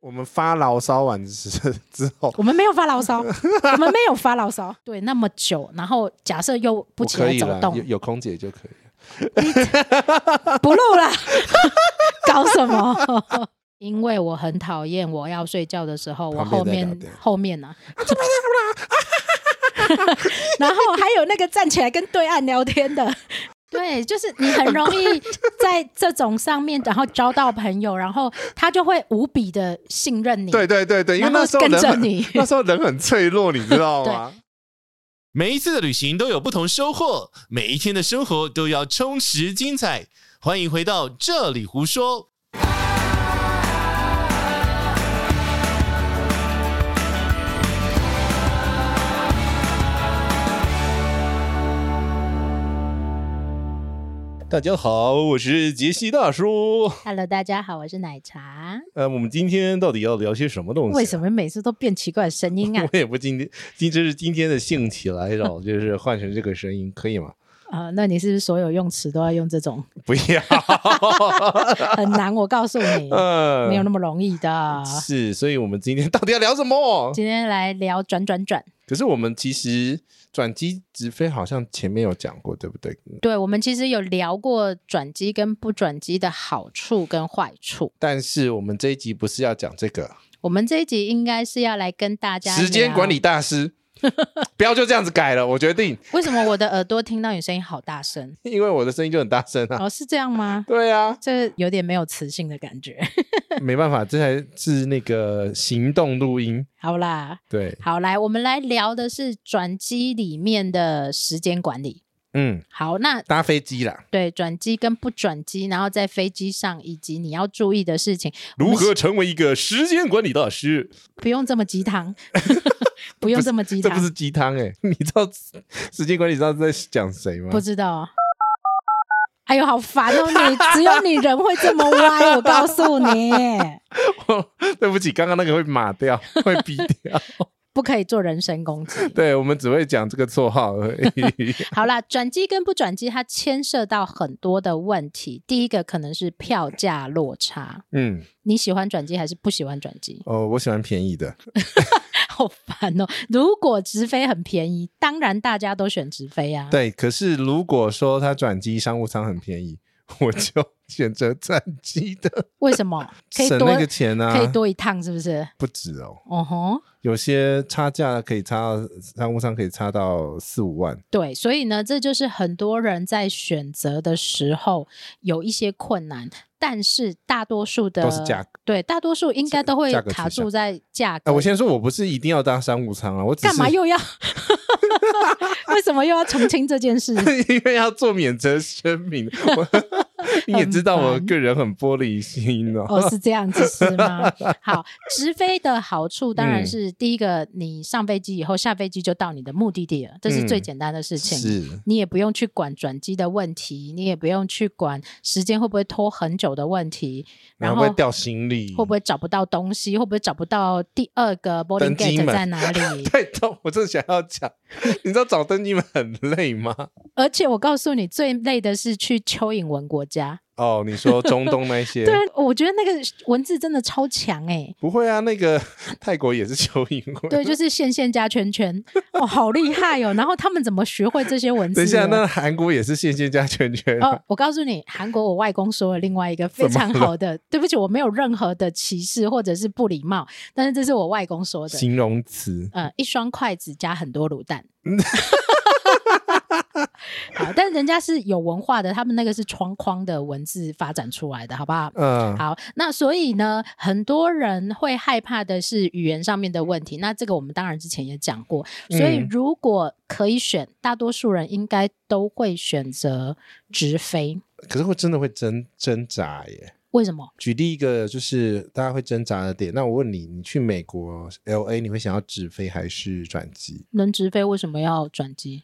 我们发牢骚完之 之后，我们没有发 牢骚，我们没有发牢骚。对，那么久，然后假设又不我起可来以走了，动有，有空姐就可以了。不录 了，搞什么？ 因为我很讨厌我要睡觉的时候，我后旁边在聊面天后面呢、啊， 然后还有那个站起来跟对岸聊天的。对，就是你很容易在这种上面，然后交到朋友，然后他就会无比的信任你，对对对对，因为然那后时候跟人着很你那时候人很脆弱，你知道吗？每一次的旅行都有不同收获，每一天的生活都要充实精彩。欢迎回到这里胡说。大家好，我是杰西大叔。 Hello，大家好，我是奶茶。呃，我们今天到底要聊些什么东西、？为什？么每次都变奇怪的声音啊我也不今天，今这是今天的兴起来着，就是换成这个声音，可以吗？啊、那你是不是所有用词都要用 这种？不要，很难，我告诉你，呃， 没有那么容易的。是，所以我们今天到底要聊什么？今天来聊转转转，可是我们其实转机直飞好像前面有讲过，对不对？对我们其实有聊过转机跟不转机的好处跟坏处。但是我们这一集不是要讲这个我们这一集应该是要来跟大家时间聊管理。大 师，不要就这样子改了。我决定，为什么我的耳朵听到你声音好大声？因为我的声音就很大声啊。哦，是这样吗？对啊，这有点没有磁性的感觉。没办法，这才是那个行动录音。好啦，对，好来，我们来聊的是转机里面的时间管理。嗯，好，那搭飞机啦，对转机跟不转机，然后在飞机上以及你要注意的事情，如何成为一个时间管理大师？不用这么鸡汤， 不用这么鸡这汤不，是鸡汤哎， 你知道时间管理知道在讲谁吗？不知道。哦哎呦，好烦哦！你只有你人会这么歪，我告诉你，对不起，刚刚那个会码 掉，会逼掉。不可以做人身攻击。对，我们只会讲这个绰号而 已。好啦，转机跟不转机，它牵涉到很多的问题。第一个可能是票价落差，嗯，你喜欢转机还是不喜欢转机？ 哦，我喜欢便宜的。嗯好烦哦！如果直飞很便宜，当然大家都选直飞啊。对，可是如果说它转机商务舱很便宜， 我就选择转机的，为 什么？可以省多那个钱啊，可以多一趟，是不是？不止哦。哦吼。有些差价可以差到商务舱可以差到四五万，啊对，所以呢，这就是很多人在选择的时候有一些困难，但是大多数的都是价格。对，大多数应该都会价格卡取向住在价哎、格。我先说，我不是一定要搭商务舱啊，我只干是嘛又要？ 为什么又要澄清这 件事？因为要做免责声明。 我你也知道我个人很玻璃心哦。哦，是这样子是 吗？好，直飞的好处当然嗯是、第一个，你上飞机以后下飞机就到你的目的地了，这是最嗯简单的事 情。是，你也不用去管转机的问题，你也不用去管时间会不会拖很久的问题，然然后后会掉行李，会不会找不到东西？会不会找不到第二个 boarding 登机 gate 门？在哪里 对，都我正想要讲，你知道找登机门很累吗？而且我告诉你，最累的是去蚯蚓文国家。，哦，你说中东那些 对，啊我觉得那个文字真的超强哎、不会啊，那个泰国也是蚯蚓文。对，就是线线加圈圈，哦，好厉害哦！然后他们怎么学会这些文 字等一的？下，那韩国也是线线加圈圈啊、啊哦，我告诉你，韩国我外公说了另外一个非常好的，对不起，我没有任何的歧视或者是不礼貌，但是这是我外公说的。形容词。呃，一双筷子加很多卤蛋。嗯 好，但人家是有文化的，他们那个是窗框的文字发展出来的，好不好？嗯，好，那所以呢，很多人会害怕的是语言上面的问题。那这个我们当然之前也讲过，所以嗯如果可以选，大多数人应该都会选择直飞。可是会真的会挣挣扎耶。为什么？举例一个就是大家会挣扎的点，那我问你，你去美国 L A 你会想要直飞还是转机？ 能直飞为什么要转机？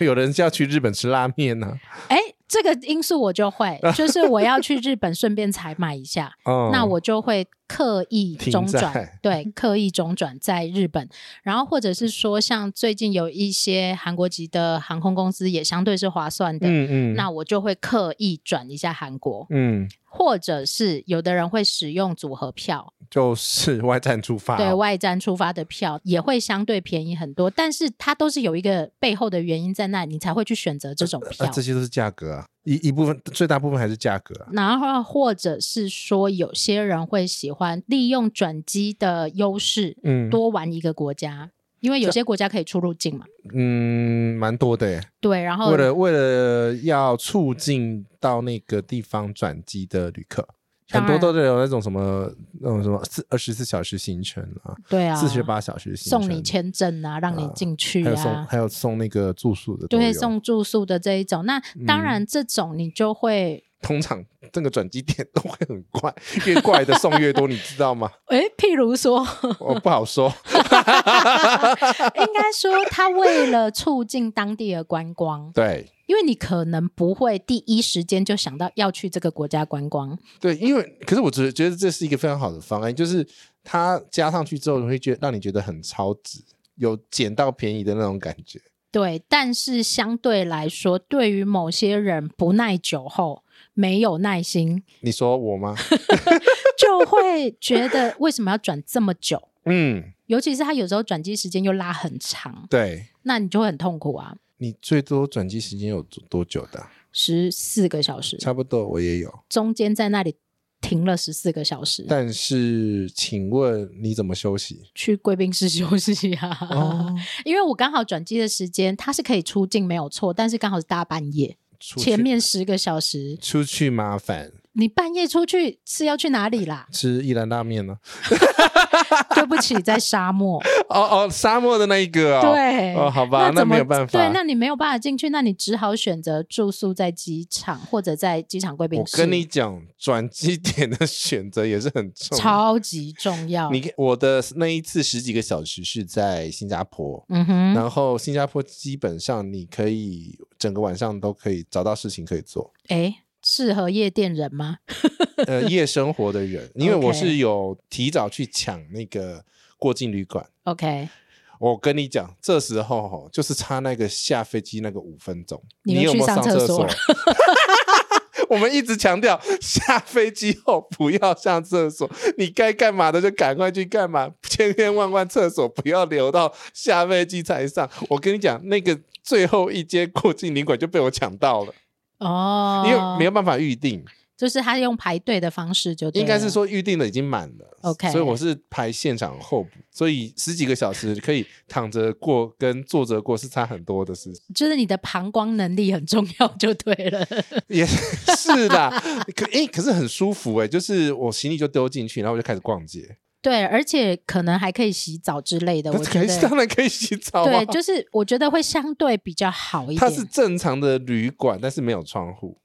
有人是要去日本吃拉面啊呢、哎，这个因素我就会，就是我要去日本，顺便采买一下。哦，那我就会刻意停中转在，对， 刻意中转在日本，然后或者是说像最近有一些韩国籍的航空公司也相对是划算的，嗯嗯，那我就会刻意转一下韩国，嗯或者是有的人会使用组合票，就是外站出发，哦对外站出发的票也会相对便宜很多，但是它都是有一个背后的原因在那里，你才会去选择这种票。啊，这些都是价格啊，一一部分最大部分还是价格啊，然后或者是说，有些人会喜欢利用转机的优势，嗯多玩一个国家，因为有些国家可以出入境嘛。嗯，蛮多的耶。对，然后为了为了要促进到那个地方转机的旅客，很当多然都是有那种什么那种什么四二十四小时行程啊，对啊，四十八小时行程，送你签证啊，让你进去还有送啊。还有送那个住宿的都就有，会送住宿的这一种，那当嗯然这种你就会，通常这个转机点都会很怪，越怪的送越多，你知道吗？ 诶、譬如说，我不好说， 应该说他为了促进当地的观光，对因为你可能不会第一时间就想到要去这个国家观光，对，因为可是我觉得觉得这是一个非常好的方案，就是它加上去之后会觉让你觉得很超值，有捡到便宜的那种感觉。对。但是相对来说，对于某些人不耐久后没有耐心，你说我吗？就会觉得为什么要转这么久？嗯，尤其是他有时候转机时间又拉很长，对，那你就会很痛苦啊。你最多转机时间有多多久的啊、十四个小时，差不多我也有，中间在那里停了十四个小时，但是请问你怎么休息？去贵宾室休息啊。哦， 因为我刚好转机的时间，它是可以出境没有错，但是刚好是大半夜，出去前面十个小时出去麻烦，？你半夜出去是要去哪里啦吃一兰拉面呢、对不起，在沙漠。哦哦，沙漠的那一个哦，对，哦，好吧，那怎么没有办法。对，那你没有办法进去，那你只好选择住宿在机场或者在机场贵宾我室。跟你讲，转机点的选择也是很重要。超级重要。你我的那一次十几个小时是在新加坡，嗯哼，然后新加坡基本上你可以整个晚上都可以找到事情可以做。哎，适合夜店人吗？ 呃夜生活的人，因为 OK 我是有提早去抢那个过境旅馆。 OK，我跟你讲，这时候吼就是差那个下飞机那个五分钟，你你们有去没有上上厕厕所？ 我们一直强调下飞机后不要上厕所，你该干嘛的就赶快去干嘛，千千万万厕所不要留到下飞机才上。我跟你讲，那个最后一间过境旅馆就被我抢到了， 哦，因为没有办法预定。就是他用排队的方式就对应该是了说预定的已经满了 OK 所以我是排现场候补，所以十几个小时可以躺着过跟坐着过是差很多的事情， 就是你的膀胱能力很重要，就对了。也是啦。可诶、可是很舒服诶、就是我行李就丢进去，然后我就开始逛街，对，而且可能还可以洗澡之类的。那我觉可以得当然可以洗澡啊对，。就是我觉得会相对比较好一点。它是正常的旅馆，但是没有窗户，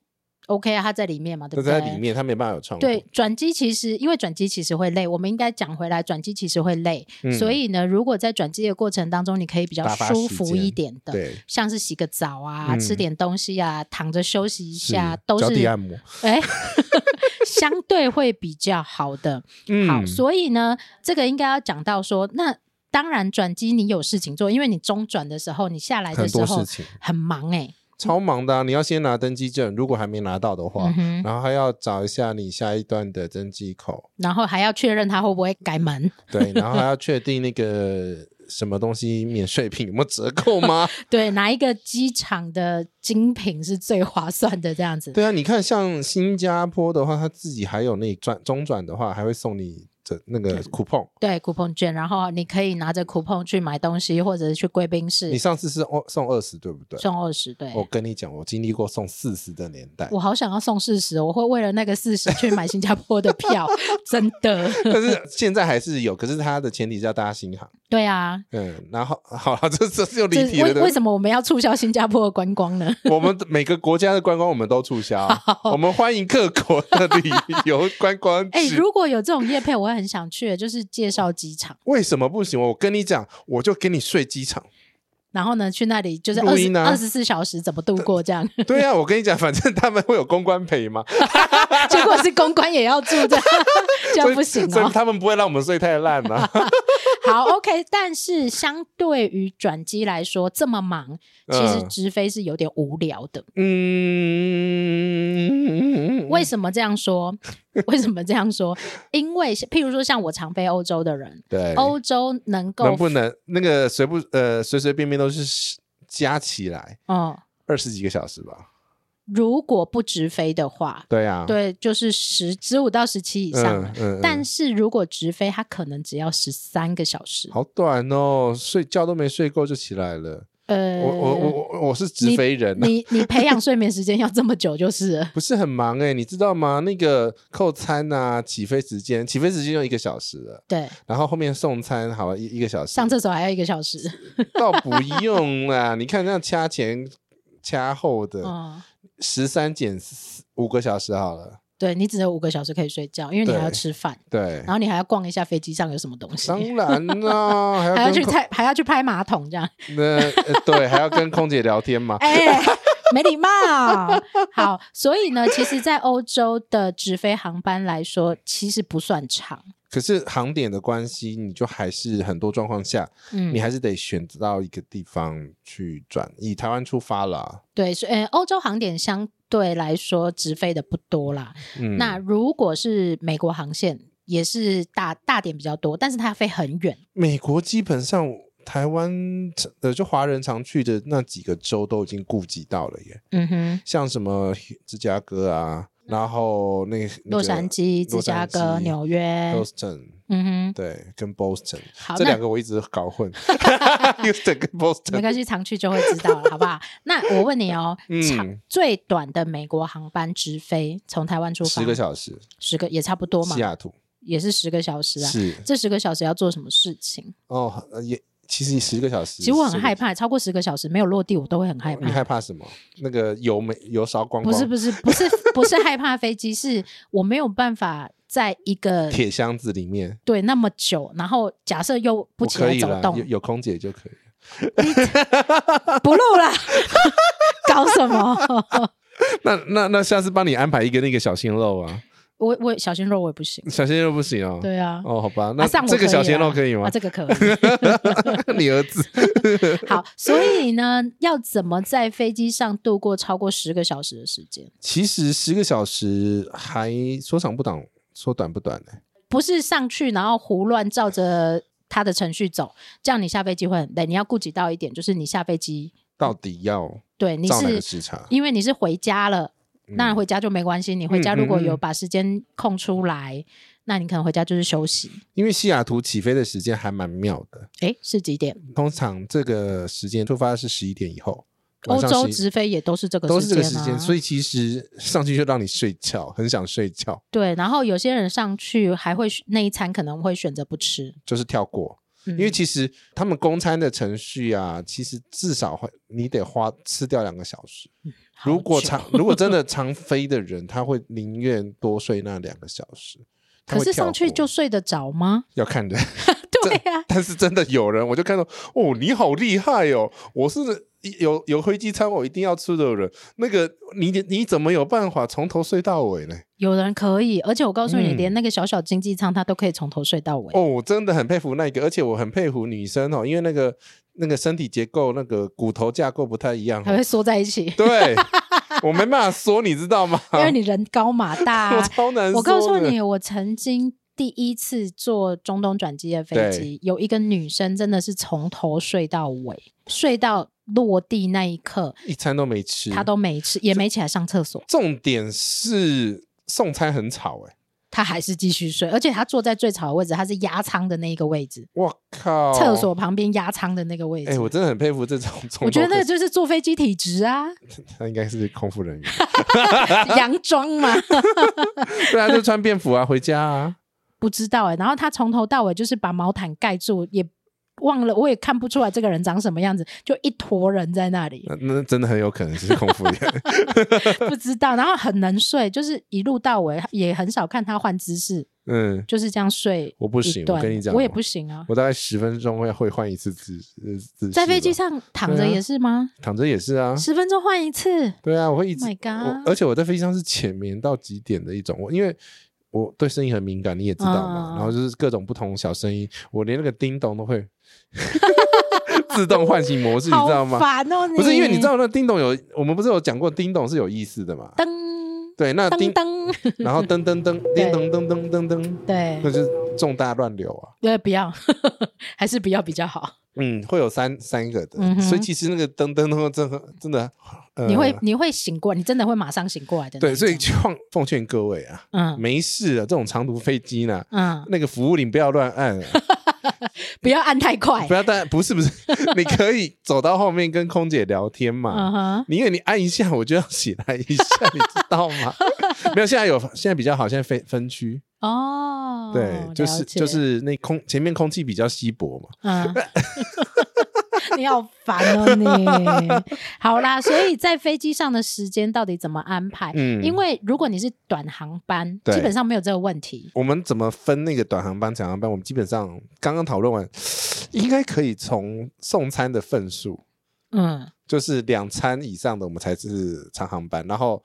OK 啊，它在里面嘛，对它不对？在里。面，它没办法有窗户。对，转机其实因为转机其实会累，我们应该讲回来，转机其实会累，嗯所以呢，如果在转机的过程当中，你可以比较打发舒时服间一点的。对，像是洗个澡啊，嗯吃点东西啊，躺着休息一是下，都脚是底按摩。哎， 相对会比较好的。嗯好，所以呢，这个应该要讲到说，那当然转机你有事情做，因为你中转的时候，你下来的很时多候事情，很忙哎、超忙的、啊，你要先拿登机证，如果还没拿到的话，嗯哼，然后还要找一下你下一段的登机口， 然后还要确认他会不会改门，对，然后还要确定那 个什么东西免税品有没有折扣吗？对，哪一个机场的精品是最划算的这样子。对啊，你看像新加坡的话，他自己还有那转中转的话，还会送你这那个 coupon。对，coupon 券，然后你可以拿着 coupon 去买东西，或者是去贵宾你室上次是哦送二十，对不对？送二十。对，我跟你讲，我经历过送四十的年代，我好想要送四十，我会为了那个四十去买新加坡的 票，真的。但是现在还是有，可是它的前提是要搭新航。对啊，嗯，然后好了，这这是又离这题了，为对为不对？什么我们要促销新加坡的观光呢？ 我们每个国家的观光我们都促销啊，我们欢迎各国的旅游观光指。哎、如果有这种业配，我会很想去的，就是介绍机场，为什么不行？我跟你讲，我就给你睡机场，然后呢去那里就是录二十音啊二十四小时怎么度过这样，对啊，我跟你讲，反正他们会有公关陪嘛， 结果是公关也要住这样， 这所样以不行所以哦。他们不会让我们睡太烂 啊。好，OK，但是相对于转机来说，这么忙，其实嗯直飞是有点无聊的。嗯，为什么这样说？为什么这样 说？因为譬如说像我常飞欧洲的人，对欧洲能哦够能不能那个随不呃随随便便都是加起来哦，二十几个小时吧？如果不直飞的话，对啊，对，就是十十五到十七以嗯，上了。嗯嗯，但是如果直飞，它可能只要十三个小时。好短哦，睡觉都没睡够就起来了。呃，我我我我我是直飞人、啊，你你培养睡眠时间要这么久就是 了不是很忙哎、你知道吗？那个扣餐啊，起飞时间，起飞时间就一个小时了，对，然后后面送餐好了一一个小时，上厕所还要一个小时。倒不用啦。你看这样掐前掐后的，嗯，十三减四五个小时好了，对你只有五个小时可以睡觉，因为你还要对吃饭，对然，后你还要逛一下飞机上有什么东西，当然啦，还还要要去跟空拍还要去拍马桶这样。那、呃对，还要跟空姐聊天嘛。哎、没礼貌。好，所以呢，其实，在欧洲的直飞航班来说，其实不算长。可是航点的关系，你就还是很多状况下，嗯你，还是得选择到一个地方去转，以台湾出发啦。对，所以呃欧洲航点相对来说直飞的不多啦。嗯，那如果是美国航线，也是大大点比较多，但是它飞很远。美国基本上台湾呃，就华人常去的那几个州都已经顾及到了耶，嗯哼，像什么芝加哥啊，然后那个嗯洛杉、矶、芝洛加杉哥、矶纽那约个、Houston，嗯哼，对，跟 Boston 好，这那两个我一直搞 混，Houston 跟没 Boston。关系，常去就会知道了，好不好？那我问你 哦，嗯长最短的美国航班直飞从台湾出发十个小时，十个也差不多嘛西，雅图也是十个小时啊。是这十个小时要做什么事情？哦，呃也其实十个小时，其实我很害怕，超过十个小时没有落地，我都会很害10个。你怕。哎害怕什么？那个油没油烧光不光，是不是不是不是害怕飞机，是我没有办法在一个铁箱子里面对那么久，然后假设又不我起可来以走了，动有，有空姐就可以。不录了， 搞什么？ 那那那下次帮你安排一个那个小鲜肉啊，我我小鲜肉我也不行，小鲜肉不行哦。对啊。哦，好吧，啊那上我这个以小鲜啊肉可以吗啊，？这个可以。 你儿子好，所以呢，要怎么在飞机上度过超过十个小时的时间？其实十个小时还说长不短，说短不短呢、欸不是上去然后胡乱照着他的程序走，这样你下飞机会很累。你要顾及到一点，就是你下飞机，到底要对你照哪个是时差？因为你是回家了，嗯当然回家就没关系。你回家嗯如果嗯有嗯把时间空出来，那你可能回家就是休息。因为西雅图起飞的时间还蛮妙的，诶，是几点？通常这个时间出发是十一点以后，晚欧上洲11直飞也都是这个都是时这间个啊，时间，所以其实上去就让你睡觉，很想睡觉，对。然后有些人上去还会那一餐可能会选择不吃，就是跳过。嗯、因为其实他们公餐的程序啊，其实至少会你得花吃掉两个小时。好如果久常如果真的常飞的人，他会宁愿多睡那两个小时。他可会是跳上去过就睡得着吗？ 要看人， 对啊呀、但是真的有人，我就看到哦，你好厉害哦！我是有有飞机餐我一定要吃的人，那个你你怎么有办法从头睡到尾呢？有人可以，而且我告诉你，嗯连那个小小经济舱他都可以从头睡到尾。哦，我真的很佩服那个，而且我很佩服女生哦，因为那个那个身体结构、那个骨头架构不太一样、还哦会，缩在一起， 对我没办法说，你知道吗？因为你人高马 大、啊我超难说我的告诉你，我曾经第一次坐中东转机的飞机，有一个女生真的是从头睡到尾，睡到落地那一刻，一餐都没吃，她都没吃，也没起来上厕所，重点是送餐很吵、欸，哎，她还是继续睡，而且她坐在最吵的位置，她是压舱的那一个位置，我靠，厕所，旁边压舱的那个位置。哦哎、我真的很佩服这种中东的，我觉得那个就是坐飞机体 质啊，他应该是空服人员，洋装嘛，对啊，就穿便服啊，回家啊，欸不知道哎、然后她从头到尾就是把毛毯盖住，也忘了，我也看不出来这个人长什么样子，就一坨人在 那里，那那真的很有可能是空腹 炎。不知道。然后很能睡，就是一路到尾也很少看他换姿势，嗯，就是这样睡。我不行我跟你讲我也不行啊。我大概十分钟会会换一次姿呃姿势吧。在飞机上躺着也是吗？躺着也是啊，十分钟换一次对啊，我会一直。 ，My 我 God！而且我在飞机上是浅眠到极点的一种，我因为我对声音很敏感，你也知道嘛，嗯然后就是各种不同小声音，我连那个叮咚都会 自动唤醒模式，你知道好吗？烦哦！不是因为你知道那个叮咚有，我们不是有讲过叮咚是有意思的嘛？噔对，那噔叮，噔，然后噔噔噔，叮对咚噔噔噔噔，对那就是重大乱流啊。对，不要， 还是不要比较好。嗯，会有三三个的，嗯哼所以其实那个噔噔噔真的真的，呃你会你会醒过来，你真的会马上醒过来的那一对，所种。以奉奉劝各位啊，嗯没事啊，这种长途飞机呢，嗯，那个服务铃不要乱 按啊，不要按太快不。要但不是 不是，你可以走到后面跟空姐聊天嘛。嗯哼，你因为你按一下我就要起来一下，你知道 吗？没有，现在有现在比较好，现在分分区，哦，对，就了是解就是那空前面空气比较稀薄嘛，嗯， 你好烦哦 你。好啦，所以在飞机上的时间到底怎么安排？嗯，因为如果你是短航班，对基本上没有这个问题。我们怎么分那个短航班、长航班？我们基本上刚刚讨论完，应该可以从送餐的份数，嗯，就是两餐以上的我们才是长航班，然后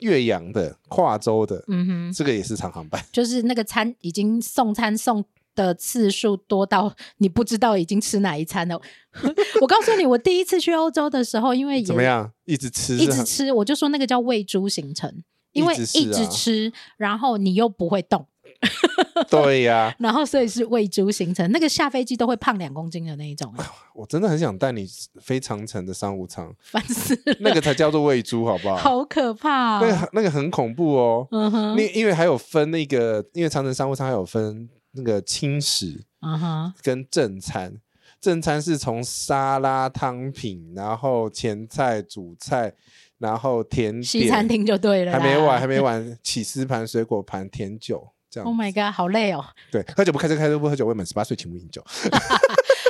岳阳的、跨州的，嗯哼，这个也是长航班。就是那个餐已经送餐送的次数多到你不知道已经吃哪一餐了。 我告诉你，我第一次去欧洲的时候，因为也怎么样？一直吃一是直很，吃，我就说那个叫喂猪行程，因为一直是啊一直吃，然后你又不会动， 对呀、然后所以是喂猪行程。那个下飞机都会胖两公斤的那一种，欸我真的很想带你飞长城的商务舱，烦死了， 那个才叫做喂猪，好不好？好可怕、那个哦。很那个很恐怖哦。嗯哼，那因为还有分那个，因为长城商务舱还有分那个轻食，嗯哼，跟正餐。正餐是从沙拉、汤品，然后前菜、主菜，然后甜点，西餐厅就对了啦，还没完，还 没完，起司盘、水果盘、甜酒这样。 Oh my god，好累哦。对，喝酒不开车，开车不喝酒，未满十八岁请勿饮酒。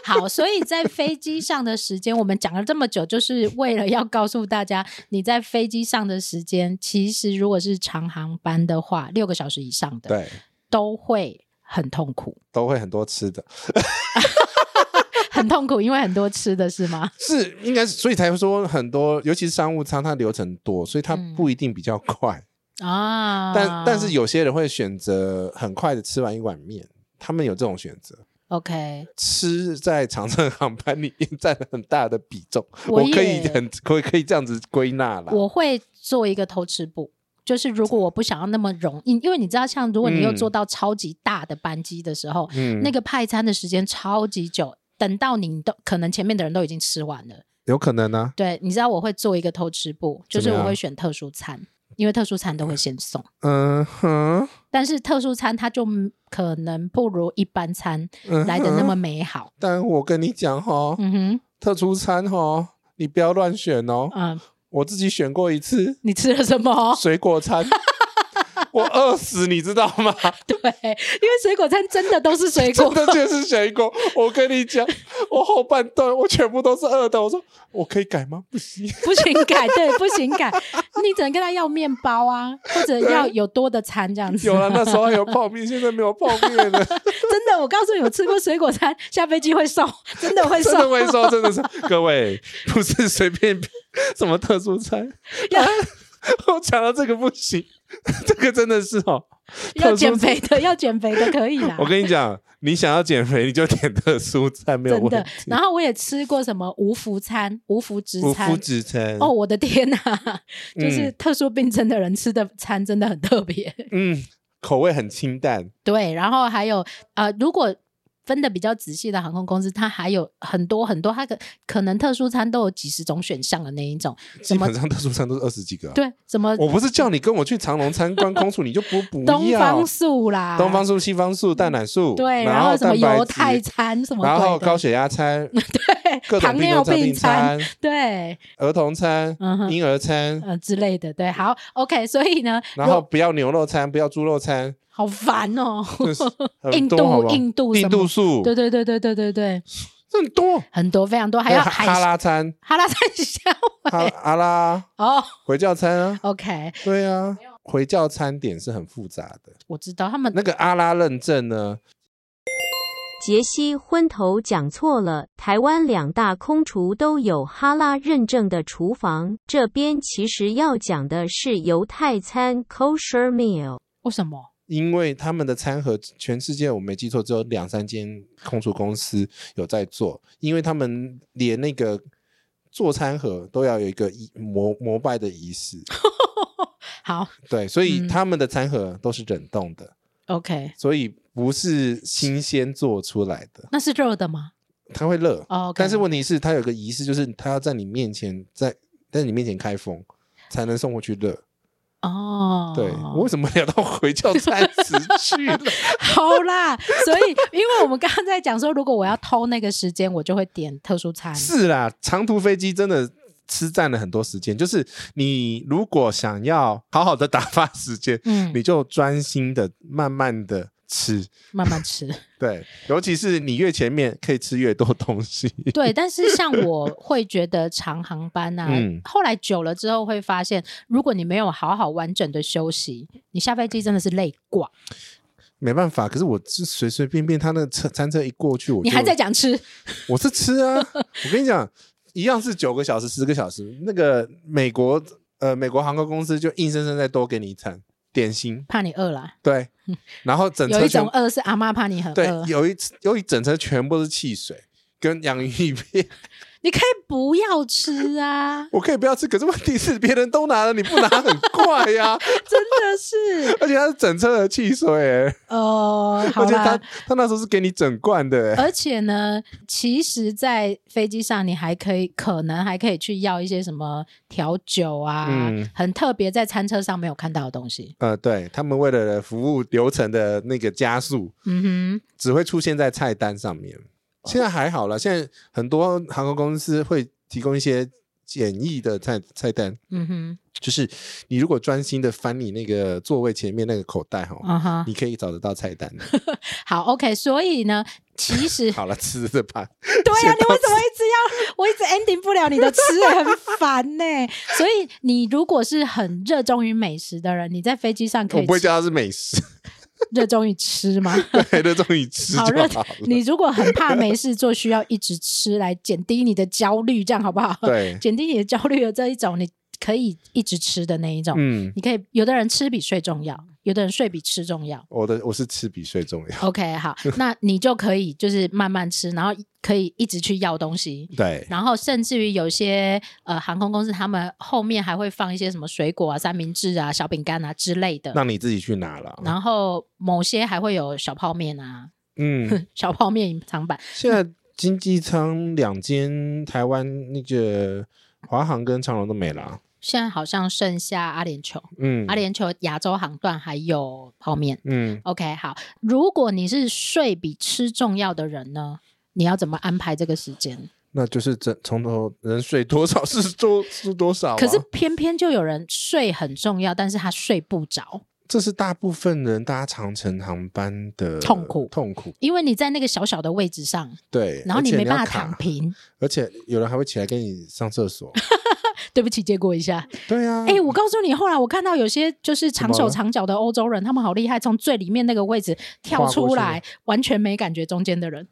好，所以在飞机上的时间，我们讲了这么久，就是为了要告诉大家，你在飞机上的时间，其实如果是长航班的话，六个小时以上的，对，都会很痛苦，都会很多吃的， 很痛苦，因为很多吃的是吗？是应该是，所以才说很多，尤其是商务舱，它流程多，所以它嗯不一定比较快。啊，但但是有些人会选择很快的吃完一碗面，他们有这种选择。 OK，吃在长城航班里面占了很大的比重，我我可以也很可以可以这样子归纳啦。我会做一个偷吃步。就是如果我不想要那么容易，因为你知道，像如果你又嗯坐到超级大的班机的时候，嗯，那个派餐的时间超级久，等到你都可能前面的人都已经吃完了。有可能啊呢、对，你知道我会做一个偷吃步，就怎是么我样会选特殊餐，因为特殊餐都会先送，嗯哼，但是特殊餐它就嗯可能不如一般餐嗯哼来的那么。美 好。但我跟你讲哈，嗯哼，特殊餐哈，你不要乱选哦。嗯，我自己选过一次你吃了 ？什么水果餐， 我饿死，你知道吗？对，因为水果餐真的都是水真果。的就是水果。我跟你讲，我后半段我全部都是饿的。我说我可以改吗？不行，不行改，对，不行改，你只能跟他要面包啊，或者要有多的餐这样子。有啊了那时候还有泡面，现在没有泡面 了。真的，我告诉你，我吃过水果餐，下飞机会瘦，真的会真的瘦，会说，真的 是各位，不是随便什么特殊餐。要 我讲到这个不行， 这个真的是哦。要特殊减肥的，要减肥的可以啦。我跟你讲，你想要减肥，你就点特殊餐，没有真问的。题然。后我也吃过什么无福餐、无福之无餐麸。质餐哦，，我的天呐、就是嗯特殊病症的人吃的餐真的很特别。嗯，口味很清淡，对，然后还有呃，如果分的比较仔细的航空公司，它还有很多很多，它可可能特殊餐都有几十种选项的那一种。基怎么本上特殊餐都是二十几个啊。对，什么我不是叫你跟我去长隆参观空厨，你就不不东要方素啦，东方素、西方素、蛋奶素，嗯对，然后什么蛋白犹质太，餐什么鬼然的，后高血压餐、各 对种糖病尿症病病餐，餐、对，儿童餐嗯、哼婴儿餐，呃之类的，对，好，OK，所以呢，然后不要牛肉餐，不要猪肉餐，好烦哦、 就是很印多好不度好印度什印么度素，对对对对对对对，这很多，很多非常多，还要有呃哈哈海拉 餐、哈拉山下哈尾阿拉哦。回教餐啊， OK，对啊，回教餐点是很复杂的。我知道他们那个阿拉认证呢，杰西昏头讲错了，台湾两大空厨都有哈拉认证的厨房，这边其实要讲的是犹太餐 （kosher meal）。为什么？因为他们的餐盒，全世界我没记错，只有两三间空厨公司有在做，因为他们连那个做餐盒都要有一个仪膜膜拜的仪 式，好对，所以嗯他们的餐盒都是冷冻的， ，OK，所以不是新鲜做出来的，那是热的吗？它会热。哦，OK，但是问题是，它有个仪式，就是它要在你面前，在在你面前开封，才能送过去热。哦，对，我为什么聊到回教餐 食去了？ 好啦，所以因为我们刚刚在讲说，如果我要偷那个时间，我就会点特殊餐。是啦，长途飞机真的吃占了很多时间。就是你如果想要好好的打发时间，嗯你，就专心的、慢慢的吃。慢慢吃。对，尤其是你越前面可以吃越多东西。 对，但是像我会觉得长航班啊， 嗯后来久了之后会发现，如果你没有好好完整的休息，你下飞机真的是累挂。没办法，可是我是随随便便，他那个车餐车一过去，我你就还在讲吃，我是吃 啊，我跟你讲，一样是九个小时、十个小时，那个美国呃美国航空公司就硬生生再多给你一餐点心，怕你饿了。 对，然后整有车一全种饿是阿妈怕你很对饿，，有一次有一整车全部是汽水跟洋芋片，，你可以不要吃啊我可以不要吃，可是问题是别人都拿了，你不拿很怪呀、真的是而且它是整车的汽水、欸， 呃，好而且他啦。他那时候是给你整罐的、欸， 而且呢，其实，在飞机上你还可以，可能还可以去要一些什么调酒啊，嗯很特别，在餐车上没有看到的东西。呃，对他们为了服务流程的那个加速，嗯只会出现在菜单上哦面。现在还好了，现在很多航空公司会提供一些简易的菜菜单，哼，嗯哼，就是你如果专心的翻你那个座位前面那个口袋哈，啊哈，你可以找得到菜单的。好，OK，所以呢，其 实好了，吃的吧。 对呀、先你到为什么一直要我一直 ending 不了你的吃、很 烦呢、所以你如果是很热衷于美食的人，你在飞机上可我以不会吃叫它是美食， 热衷于吃吗？对，热衷于吃就好热了。，你如果很怕没事做，需要一直吃来减低你的焦虑，这样好不好？对，减低你的焦虑的这一种，你可以一直吃的那一种。嗯，你可以，有的人吃比睡重要，有的人睡比吃重要。我的我是吃比睡重要。 OK，好， 那你就可以就是慢慢吃，然后可以一直去要东西。对，然后甚至于有些呃航空公司，他们后面还会放一些什么水果啊、三明治啊、小饼干啊之类的。让你自己去拿了。然后某些还会有小泡面啊，嗯， 小泡面隐藏版。 现在经济舱两间台湾那个华航跟长荣都没了。现在好像剩下阿联酋，嗯，阿联酋亚洲航段还有泡面。嗯， OK，好，如果你是睡比吃重要的人呢，你要怎么安排这个时间？那就是整从头能睡多少是多 是多少、啊。可是偏偏就有人睡很重要，但是他睡不着，这是大部分人搭长城航班的痛苦痛苦。因为你在那个小小的位置上，对，然后而你且没你要办法卡躺，平。而且有人还会起来跟你上厕 所。对不起，借过一下。对啊，哎、我告诉你，后来我看到有些就是长怎么手了长脚的欧洲人，他们好厉害，从最里面那个位置跳跨过出去来，完全没感觉中间的人。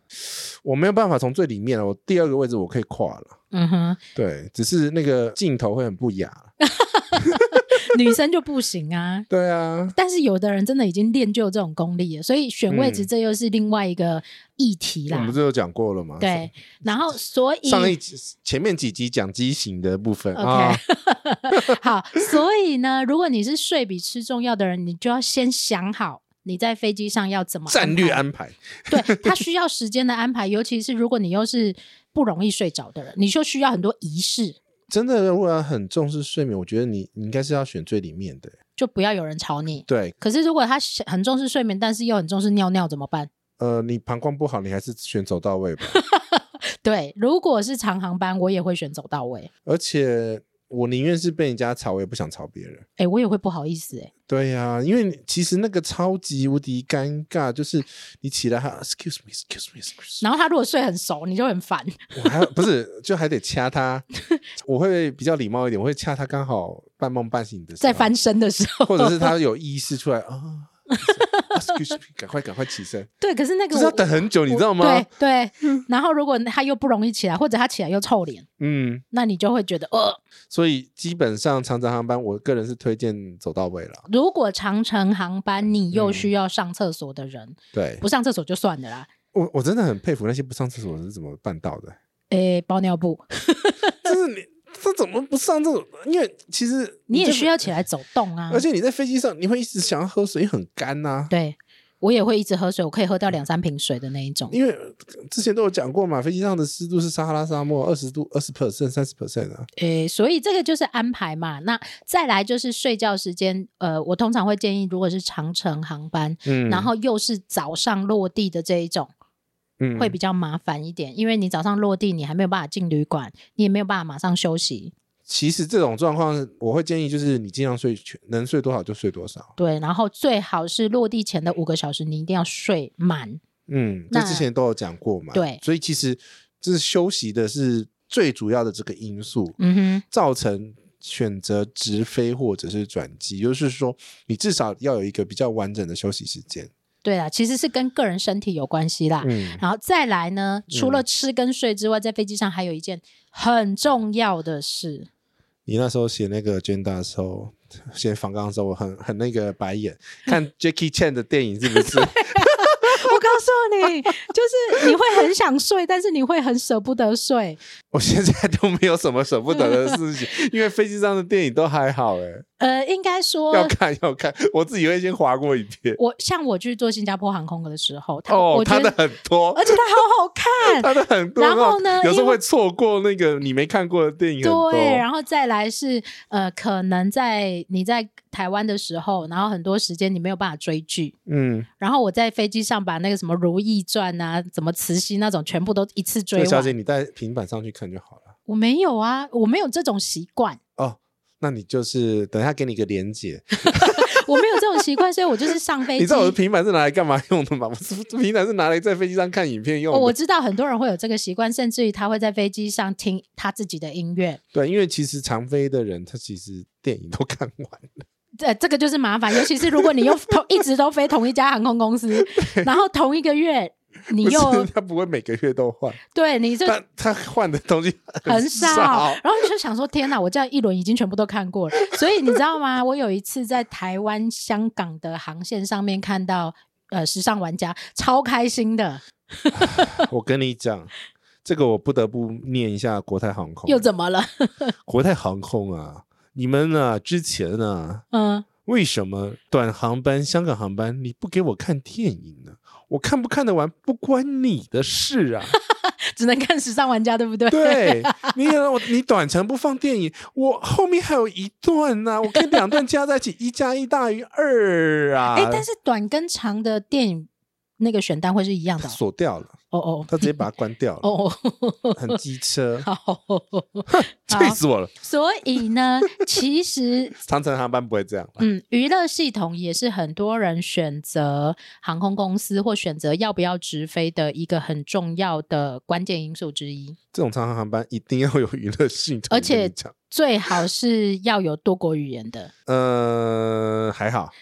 我没有办法从最里面了，我第二个位置我可以跨了。嗯哼，对，只是那个镜头会很不雅。女生就不行啊。对 啊，但是有的人真的已经练就这种功力了，所以选位置这又是另外一个议题嗯我啦。们不是有讲过了吗？对，然后所以上，上一集前面几集讲畸形的部分 OK 啊， 好，所以呢，如果你是睡比吃重要的人，你就要先想好你在飞机上要怎么战略安安排。排，对，它需要时间的安排，尤其是如果你又是不容易睡着的人，你就需要很多仪式，真的，如果要很重视睡眠，我觉得你你应该是要选最里面的。就不要有人吵你。对，可是如果他很重视睡眠，但是又很重视尿尿怎么办？呃，你膀胱不好，你还是选走到位吧。 对，如果是长航班，我也会选走到位。而且我宁愿是被人家吵，我也不想吵别人。哎、我也会不好意思哎、对呀、因为你其实那个超级无敌尴尬，就是你起来还 excuse me excuse me excuse 然后他如果睡很熟，你就很烦。 me，我还要不是就还得掐 他，我会比较礼貌一点，我会掐他刚好半梦半醒的时候，在翻身的时候，或者是他有意识出来啊 excuse me，赶快赶快起身，对，可是那个就是要我等很久，你知道吗？对对， 然后如果他又不容易起来，或者他起来又臭脸，嗯，那你就会觉得呃，所以基本上长长航班，我个人是推荐走到位了。如果长城航班你嗯又需要上厕所的人，对不上厕所就算了啦。我，我真的很佩服那些不上厕所的人是怎么办到 的。诶，哎包尿布，就是你这怎么不上这种？因为其实你也就需要起来走动啊。而且你在飞机上，你会一直想要喝水，很干啊呐、对我也会一直喝水，我可以喝掉两三瓶水的那一种。因为之前都有讲过嘛，飞机上的湿度是撒哈拉沙漠，二十度、二十 percent、三十 percent 啊。诶，哎所以这个就是安排嘛。那再来就是睡觉时间，呃，我通常会建议，如果是长程航班，嗯然后又是早上落地的这一种，嗯会比较麻烦一点，因为你早上落地，你还没有办法进旅馆，你也没有办法马上休息，其实这种状况，我会建议就是你尽量睡，能睡多少就睡多少。对。然后最好是落地前的五个小时，你一定要睡满，嗯，这那之前都有讲过嘛。对所以其实就是休息的是最主要的这个因素。嗯哼，造成选择直飞或者是转机，也就是说，你至少要有一个比较完整的休息时间。对啦，其实是跟个人身体有关系啦。嗯，然后再来呢，除了吃跟睡之外，在飞机上还有一件很重要的事，你那时候写那个 agenda 的时候， 写访纲的时候，我很很那个白眼，看 Jackie Chan 的电影是不 是？我告诉你， 就是你会很想睡，但是你会很舍不得睡。我现在都没有什么舍不得的事 情，因为飞机上的电影都还好哎、呃，应该说，要看要看，我自己会先划过一遍。我像我去做新加坡航空的时候，它哦我，觉他的得，很多而，且它好好看，他的很多，然后呢有时候因为会错过那个你没看过的电影很多。对，然后再来是呃，可能在你在台湾的时候，然后很多时间你没有办法追剧，嗯，然后我在飞机上把那个什么《如懿传》啊、怎么慈禧那种全部都一次追这小姐完。你带平板上去看就好了。我没有啊，我没有这种习惯，哦，那你就是等一下给你一个连接。我没有这种习惯，所以我就是上飞你机。知道我的平板是拿来干嘛用的吗？我是 平板是拿来在飞机上看影片用哦的。我知道很多人会有这个习惯，甚至于他会在飞机上听他自己的音乐。对，因为其实常飞的人，他其实电影都 看完了。这这个就是麻烦，尤其是如果你又同一直都飞同一家航空公司，然后同一个月你不又是他不会每个月都换，对你就但他换的东西 很少。少。然后你就想说，天哪，我这样一轮已经全部都看过了。所以你知道吗？我有一次在台湾、香港的航线上面看到。呃，时尚玩家超开心的，我跟你讲，这个我不得不念一下国泰航空。又怎么了？国泰航空啊，你们啊，之前啊，嗯，为什么短航班、香港航班你不给我看电影呢？我看不看得完不关你的事啊！只能看时尚玩家，对不 对？对你也让我你短程不放电影，我后面还有一段呢、我跟两段加在一起，一加一大于二啊！ 哎、但是短跟长的电影那个选单会是一样的他锁掉了，哦哦他直接把它关掉了，哦哦，很机车， 好，气死我了！所以呢，其实长城航班不会这样，嗯，娱乐系统也是很多人选择航空公司或选择要不要直飞的一个很重要的关键因素之一。这种长航航班一定要有娱乐性，而且我跟你 讲最好是要有多国语言的，呃还好，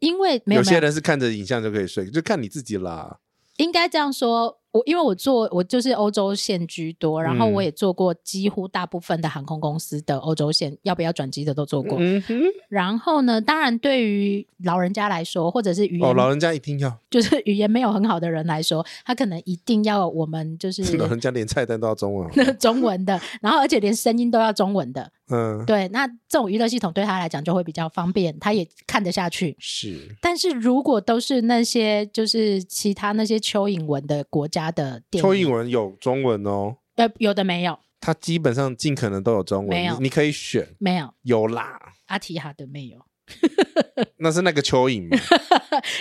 因为没有有没些有，人是看着影像就可以睡，就看你自己啦。应该这样说。我因为我做我就是欧洲线居多，然后嗯我也做过几乎大部分的航空公司的欧洲线，要不要转机的都做过。嗯哼，然后呢，当然对于老人家来说，或者是语言、哦，老人家一定要，就是语言没有很好的人来说，他可能一定要我们就是老 人家连菜单都要中文哦好吗，那 中文的，然后而且连声音都要中文的。嗯，对，那这种娱乐系统对他来讲就会比较方便，他也看得下去。是但是如果都是那些就是其他那些蚯蚓文的国家的电影，蚯蚓文有中文哦。呃有的没有它基本上尽可能都有中文，没有你你可以选没有有啦，阿提哈的没有，那是那个蚯蚓嘛，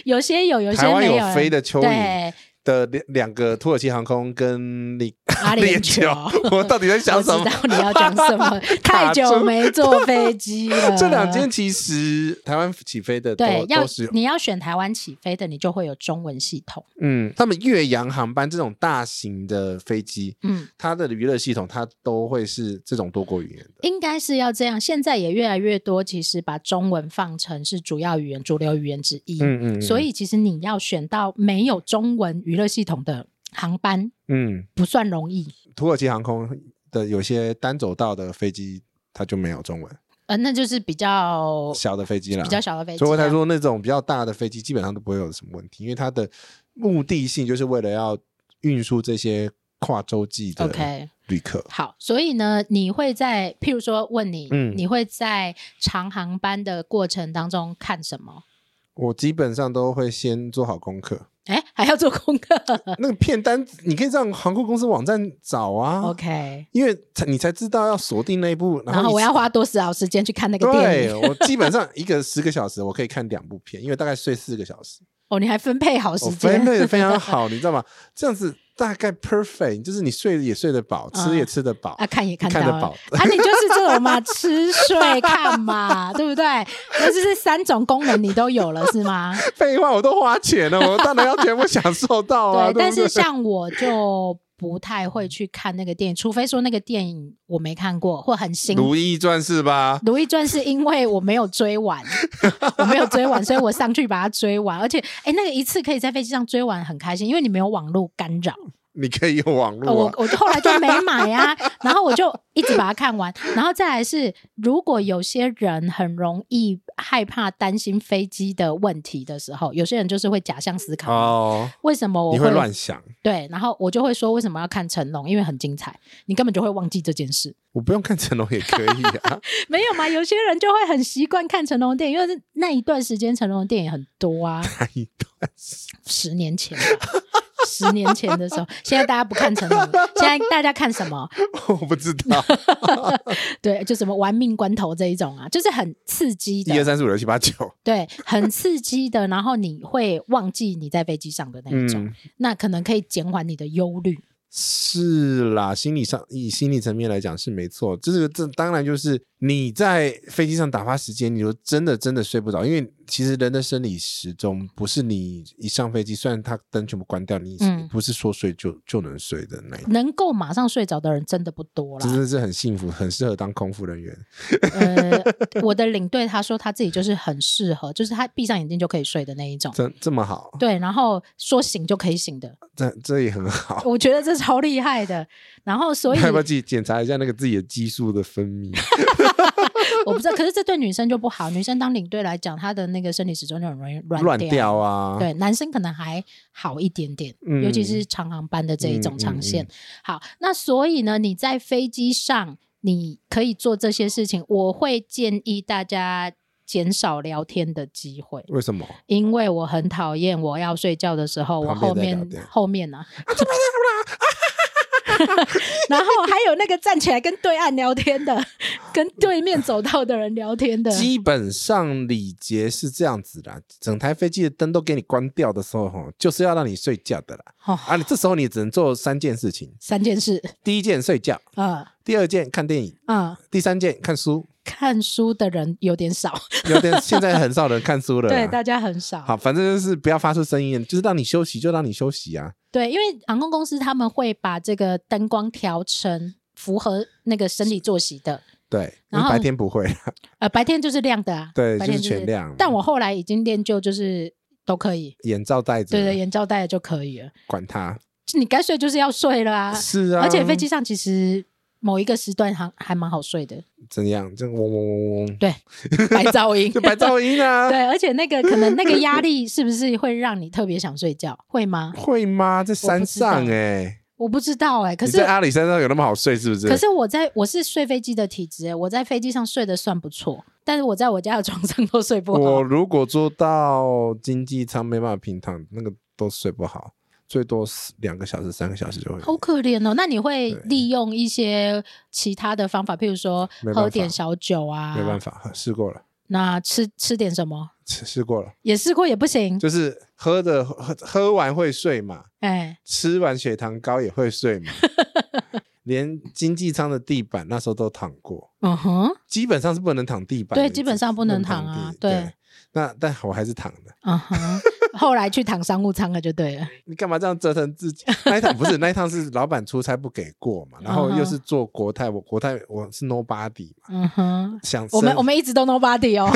有 些有有些台湾没有飞的的蚯蚓对 的两两个土耳其航空跟你阿联球， 我到底在想我知什道么？你要讲什 么，太久没坐飞机了。啊这两间其实台湾起飞的都对，要都是有，你要选台湾起飞的，你就会有中文系统。嗯，他们岳阳航班这种大型的飞机，嗯，它的娱乐系统它都会是这种多国语言的。应该是要这样。现在也越来越多，其实把中文放成是主要语言、主流语言之一。嗯嗯，嗯所以其实你要选到没有中文娱乐系统的航班嗯，不算容易。土耳其航空的有些单走道的飞机它就没有中文，呃，那就是比较小的飞机啦，比较小的飞机啊。所以我才说那种比较大的飞机基本上都不会有什么问题，因为它的目的性就是为了要运输这些跨洲际的 OK 旅客。好，所以呢，你会在譬如说问你，嗯你会在长航班的过程当中看什么？我基本上都会先做好功课，哎，还要做功课。那个片单你可以上航空公司网站找啊 OK，因为才你才知道要锁定那一部，然后后你我要花多少时间去看那个电对影？我基本上一个十个小时，我可以看两部片，因为大概睡四个小时，哦，你还分配好我时间，分配的非 常好，你知道吗？这样子大概 perfect，就是你睡也睡得饱，吃也吃得饱，啊，看也看到看得了饱。啊，你就是这种嘛，吃睡看嘛，对不对？那就是三种功能你都有了，是 吗？废话，我都花钱 了，我当然要全部享受到啊。对，对但不是对像我就不太会去看那个电影，除非说那个电影我没看过或很新。《如懿传》是吧？如懿传》是因为我没有 追完，我没有追完，所以我上去把它追完。而且，哎，那个一次可以在飞机上追完，很开心，因为你没有网络干扰。你可以用网呃络、我啊。我就后来就没买 啊，然后我就一直把它看完，然后再来是，如果有些人很容易害怕、担心飞机的问题的时候，有些人就是会假象思考，哦，为什么我你会乱想，对，然后我就会说为什么要看成龙，因为很精彩，你根本就会忘记这件事， 我不用看成龙也可以 啊。没有嘛？有些人就会很习惯看成龙的电影，因为那一段时间成龙的电影很多啊，哪一段十年前吧。十年前的时候，现在大家不看成龙了，现在大家看什么？我不知道，对，就什么玩命关头这一种啊，就是很刺 激一二的，三四五六七八九，对，很刺激的。然后你会忘记你在飞机上的那一种，嗯，那可能可以减缓你的忧虑。是啦，心理上以心理层面来讲是没错，这个这当然就是你在飞机上打发时间，你就真的真的睡不着，因为其实人的生理时钟不是你一上飞机，虽然它灯全部关掉，你嗯不是说睡就就能睡的那一种。能够马上睡着的人真的不多啦。真的是很幸福，很适合当空服人员。呃，我的领队他说他自己就是很适合，就是他闭上眼睛就可以睡的那一种。这这么好，对，然后说醒就可以醒的，这这也很好。我觉得这超厉害的。然后 所以要不要自己检查一下那个自己的激素的分 泌？我不知道，可是这对女生就不好。女生当领队来讲，她的那个生理时钟就很容易乱掉。掉啊！对，男生可能还好一点点，嗯尤其是长航班的这一种嗯长线。嗯好，那所以呢，你在飞机上你可以做这些事情，我会建议大家减少聊天的机会。为什么？因为我很讨厌我要睡觉的时候，我后旁边在聊面天后面呢、 啊，然后还有那个站起来跟对岸聊天的，跟对面走道的人聊天的，基本上礼节是这样子啦，整台飞机的灯都给你关掉的时候，吼，就是要让你睡觉的啦。哦，啊，你这时候你只能做三件事情：三件事，第一件睡觉，嗯第二件看电影，嗯，第三件看书。看书的人有点少， 有点现在很少人看书了啦。对，大家很少。啊好，反正就是不要发出声音，就是让你休息，就让你休息啊。对，因为航空公司他们会把这个灯光调成符合那个生理作息的。对，因然为后白天不会啦，呃，白天就是亮的啊，对白天就是全亮但我后来已经练就就是都可以，眼罩戴着，对对，眼罩戴了就可以了。管它。你该睡就是要睡了啊，是啊，而且飞机上其实某一个时段还还蛮好睡的，怎样？这嗡嗡嗡嗡嗡， 对，白噪音就。白噪音啊。 对，而且那个可能那个压力是不是会让你特别想睡觉？会吗？会吗？在山上我不知道哎、我不知道哎、可你是在阿里山上有那么好睡是不是？可是我在我是睡飞机的体质、欸，我在飞机上睡得算不错，但是我在我家的床上都睡不我好。如果做到经济舱没办法平躺，那个都睡不好，最多是两个小时、三个小时就会。好可怜哦！那你会对利用一些其他的方法，譬如说没办法喝点小酒啊，没办。法，试过了，那吃吃点什么？试试过了，也试过也不行，就是喝的喝喝完会睡嘛，哎， 吃完血糖高也会睡嘛，连经济舱的地板那时候都躺过，嗯哼，基本上是不能躺地板的，对基本上不能躺啊地对。对那但我还是躺的，嗯哼。后来去躺商务舱了就对了，你干嘛这样折腾自己？那一趟 不是那一趟是老板出差不给过嘛，然后又是做国泰，我国泰我是 nobody 嘛，嗯 哼。想我们升我们一直都 nobody 哦，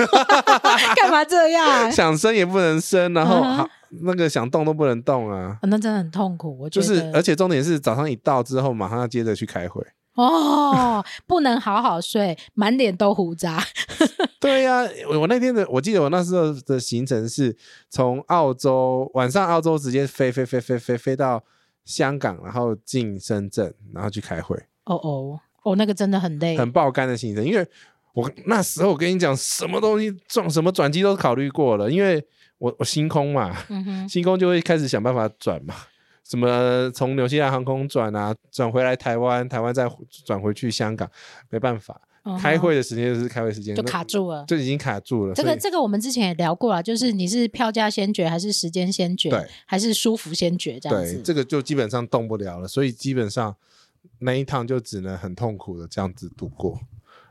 干嘛这样？想升也不能升，然后嗯哼好那个想动都不能动啊。啊那真的很痛苦，我觉就得。是，而且重点是早上一到之后，马上要接着去开会。哦，不能好好睡，满脸都胡渣。对呀、我我那天的，我记得我那时候的行程是从澳洲晚上澳洲直接飞飞飞飞飞飞到香港，然后进深圳，然后去开会，哦哦哦，那个真的很累。很爆肝的行程。因为我那时候我跟你讲，什么东西撞什么转机都考虑过了，因为我我星空嘛，嗯哼，星空就会开始想办法转嘛，什么从纽西兰航空转啊，转回来台湾，台湾再转回去香港，没办法，嗯哼开会的时间就是开会时间，就卡住了。就已经卡住了。这所个以这个我们之前也聊过了，就是你是票价先决还是时间先决，对还是舒服先决这样对子？这个就基本上动不了了，所以基本上那一趟就只能很痛苦的这样子度过。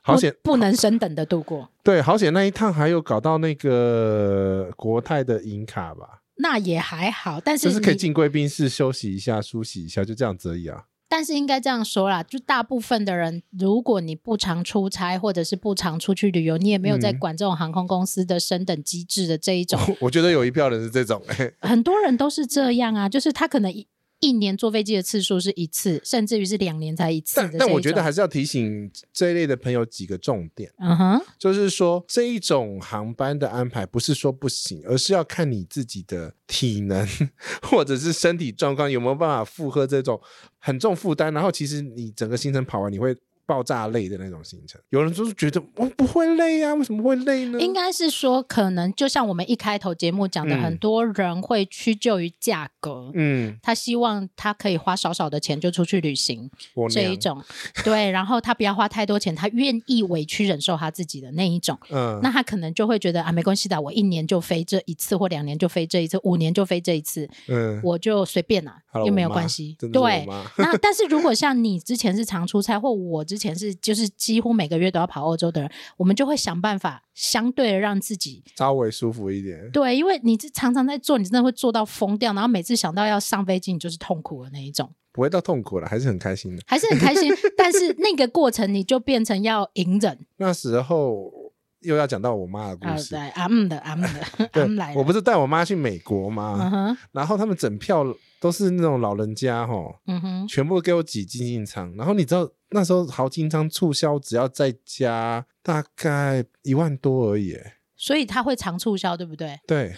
好不险，不能升等的度过，对，好险那一趟还有搞到那个国泰的银卡吧，那也还好，但是就是可以你进贵宾室休息一下、梳洗一下，就这样子而已啊。但是应该这样说啦，就大部分的人，如果你不常出差或者是不常出去旅游，你也没有在嗯哦管这种航空公司的升等机制的这一种，我觉得有一票人是这种、欸，很多人都是这样啊，就是他可能一一年坐飞机的次数是一次，甚至于是两年才一次的但这一种。但我觉得还是要提醒这一类的朋友几个重点，嗯哼，就是说这一种航班的安排不是说不行，而是要看你自己的体能 或者是身体状况有没有办法负荷这种很重负担，然后其实你整个行程跑完你会。爆炸累的那种行程，有人就是觉得我不会累啊，为什么会累呢？应该是说，可能就像我们一开头节目讲的，嗯很多人会屈就于价格。嗯，他希望他可以花少少的钱就出去旅行，我这娘一，种，对，然后他不要花太多钱，他愿意委屈忍受他自己的那一种，嗯，那他可能就会觉得啊，没关系的，我一年就飞这一次，或两年就飞这一次，五年就飞这一次，嗯，我就随便啦、好了又没有我妈关系。真的是我 对，妈那但是如果像你之前是常出差，或我之前是就是几乎每个月都要跑欧洲的人，我们就会想办法相对的让自己稍微舒服一点，对，因为你是常常在做，你真的会做到疯掉，然后每次想到要上飞机，你就是痛苦的那一种， 不会到痛苦了，还是很开心的。还是很开心，但是那个过程你就变成要隐忍那时候又要讲到我妈的故啊，事，对，啊嗯的啊嗯的啊 对嗯来，我了，不是带我妈去美国嗯吗？哼然后他们整票都是那种老人家吼，嗯哼，全部给我挤进进仓。然后你知道那时候豪金仓促销只要再加大概一万多而已耶，所以他会常促销，对不对？ 对，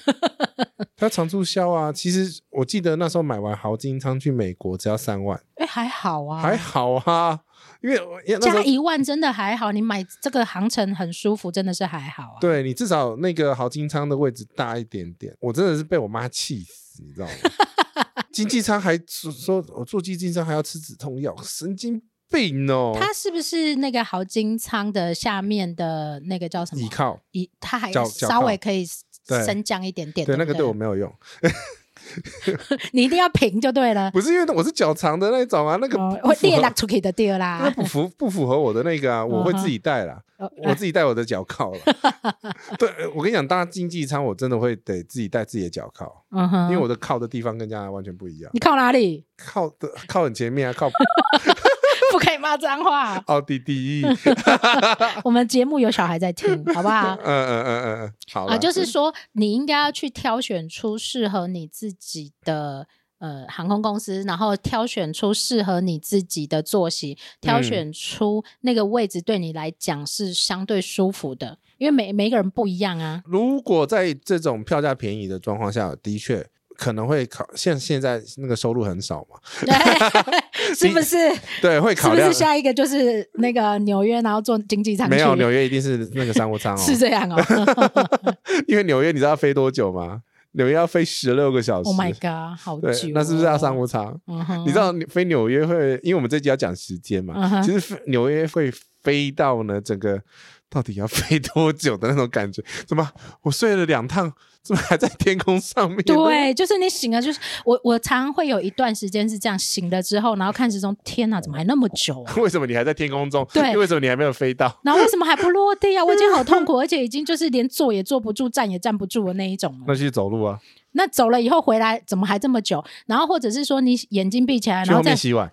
它常促销啊。其实我记得那时候买完豪金仓去美国只要三万，哎，还好啊，还好啊，因为我因为那时加候。一万真的还好，你买这个航程很舒服，真的是还好啊。对你至少那个豪金仓的位置大一点点，我真的是被我妈气死，你知道 吗？经济舱还说说哦我做经济舱还要吃止痛药，神经病哦！它是不是那个豪金舱的下面的那个叫什么？倚靠，一，它还脚脚稍靠微可以对升降一点点。对不那个对我没有用，你一定要平就对了。不是因为我是脚长的那一种啊，那个哦，不会符裂合落出去的对那啦。不符不符合我的那个啊，我会嗯哼自己带啦，哦我自己带我的脚铐 了。对，我跟你讲，搭经济舱我真的会得自己带自己的脚铐，嗯哼，因为我的靠的地方跟人家完全不一样你，靠哪里？ 靠的靠很前面啊，靠。不可以骂脏话 奥地利。我们节目有小孩在听，好不好嗯？嗯嗯嗯嗯，好啦啊，就是说你应该要去挑选出适合你自己的呃航空公司，然后挑选出适合你自己的作息，挑嗯选出那个位置对你来讲是相对舒服的，因为每每个人不一 样啊。如果在这种票价便宜的状况下，的确可能会考，像现在那个收入很少嘛，对，是不是？ 对，会是考不量是下一个就是那个纽约，然后坐经济舱去？没有纽约一定是那个商务舱哦， 是这 样哦。因为纽约你知道要飞多久吗？纽约要飞十六个小时 oh my god，好久、对哦，那是不是要商务？舱？嗯哼，你知道你飞纽约会，因为我们这集要讲时间嘛，嗯哼其实飞纽约会飞到呢整个到底要飞多久的那种感觉。 怎么我睡了两趟，怎么还在天空上面？对，就是你醒了，就是我我常会有一段时间是这样，醒了之后，然后看时钟，天哪，怎么还那么久 啊？ 为什么你还在天空中？对为什么你还没有飞到？然后为什么还不落地啊？我已经好痛苦，而且已经就是连坐也坐不住，站也站不住的那一种 了。那去走路啊，那走了以后回来，怎么还这么久？然后或者是说你眼睛闭起来，去然后后再面洗 碗。啊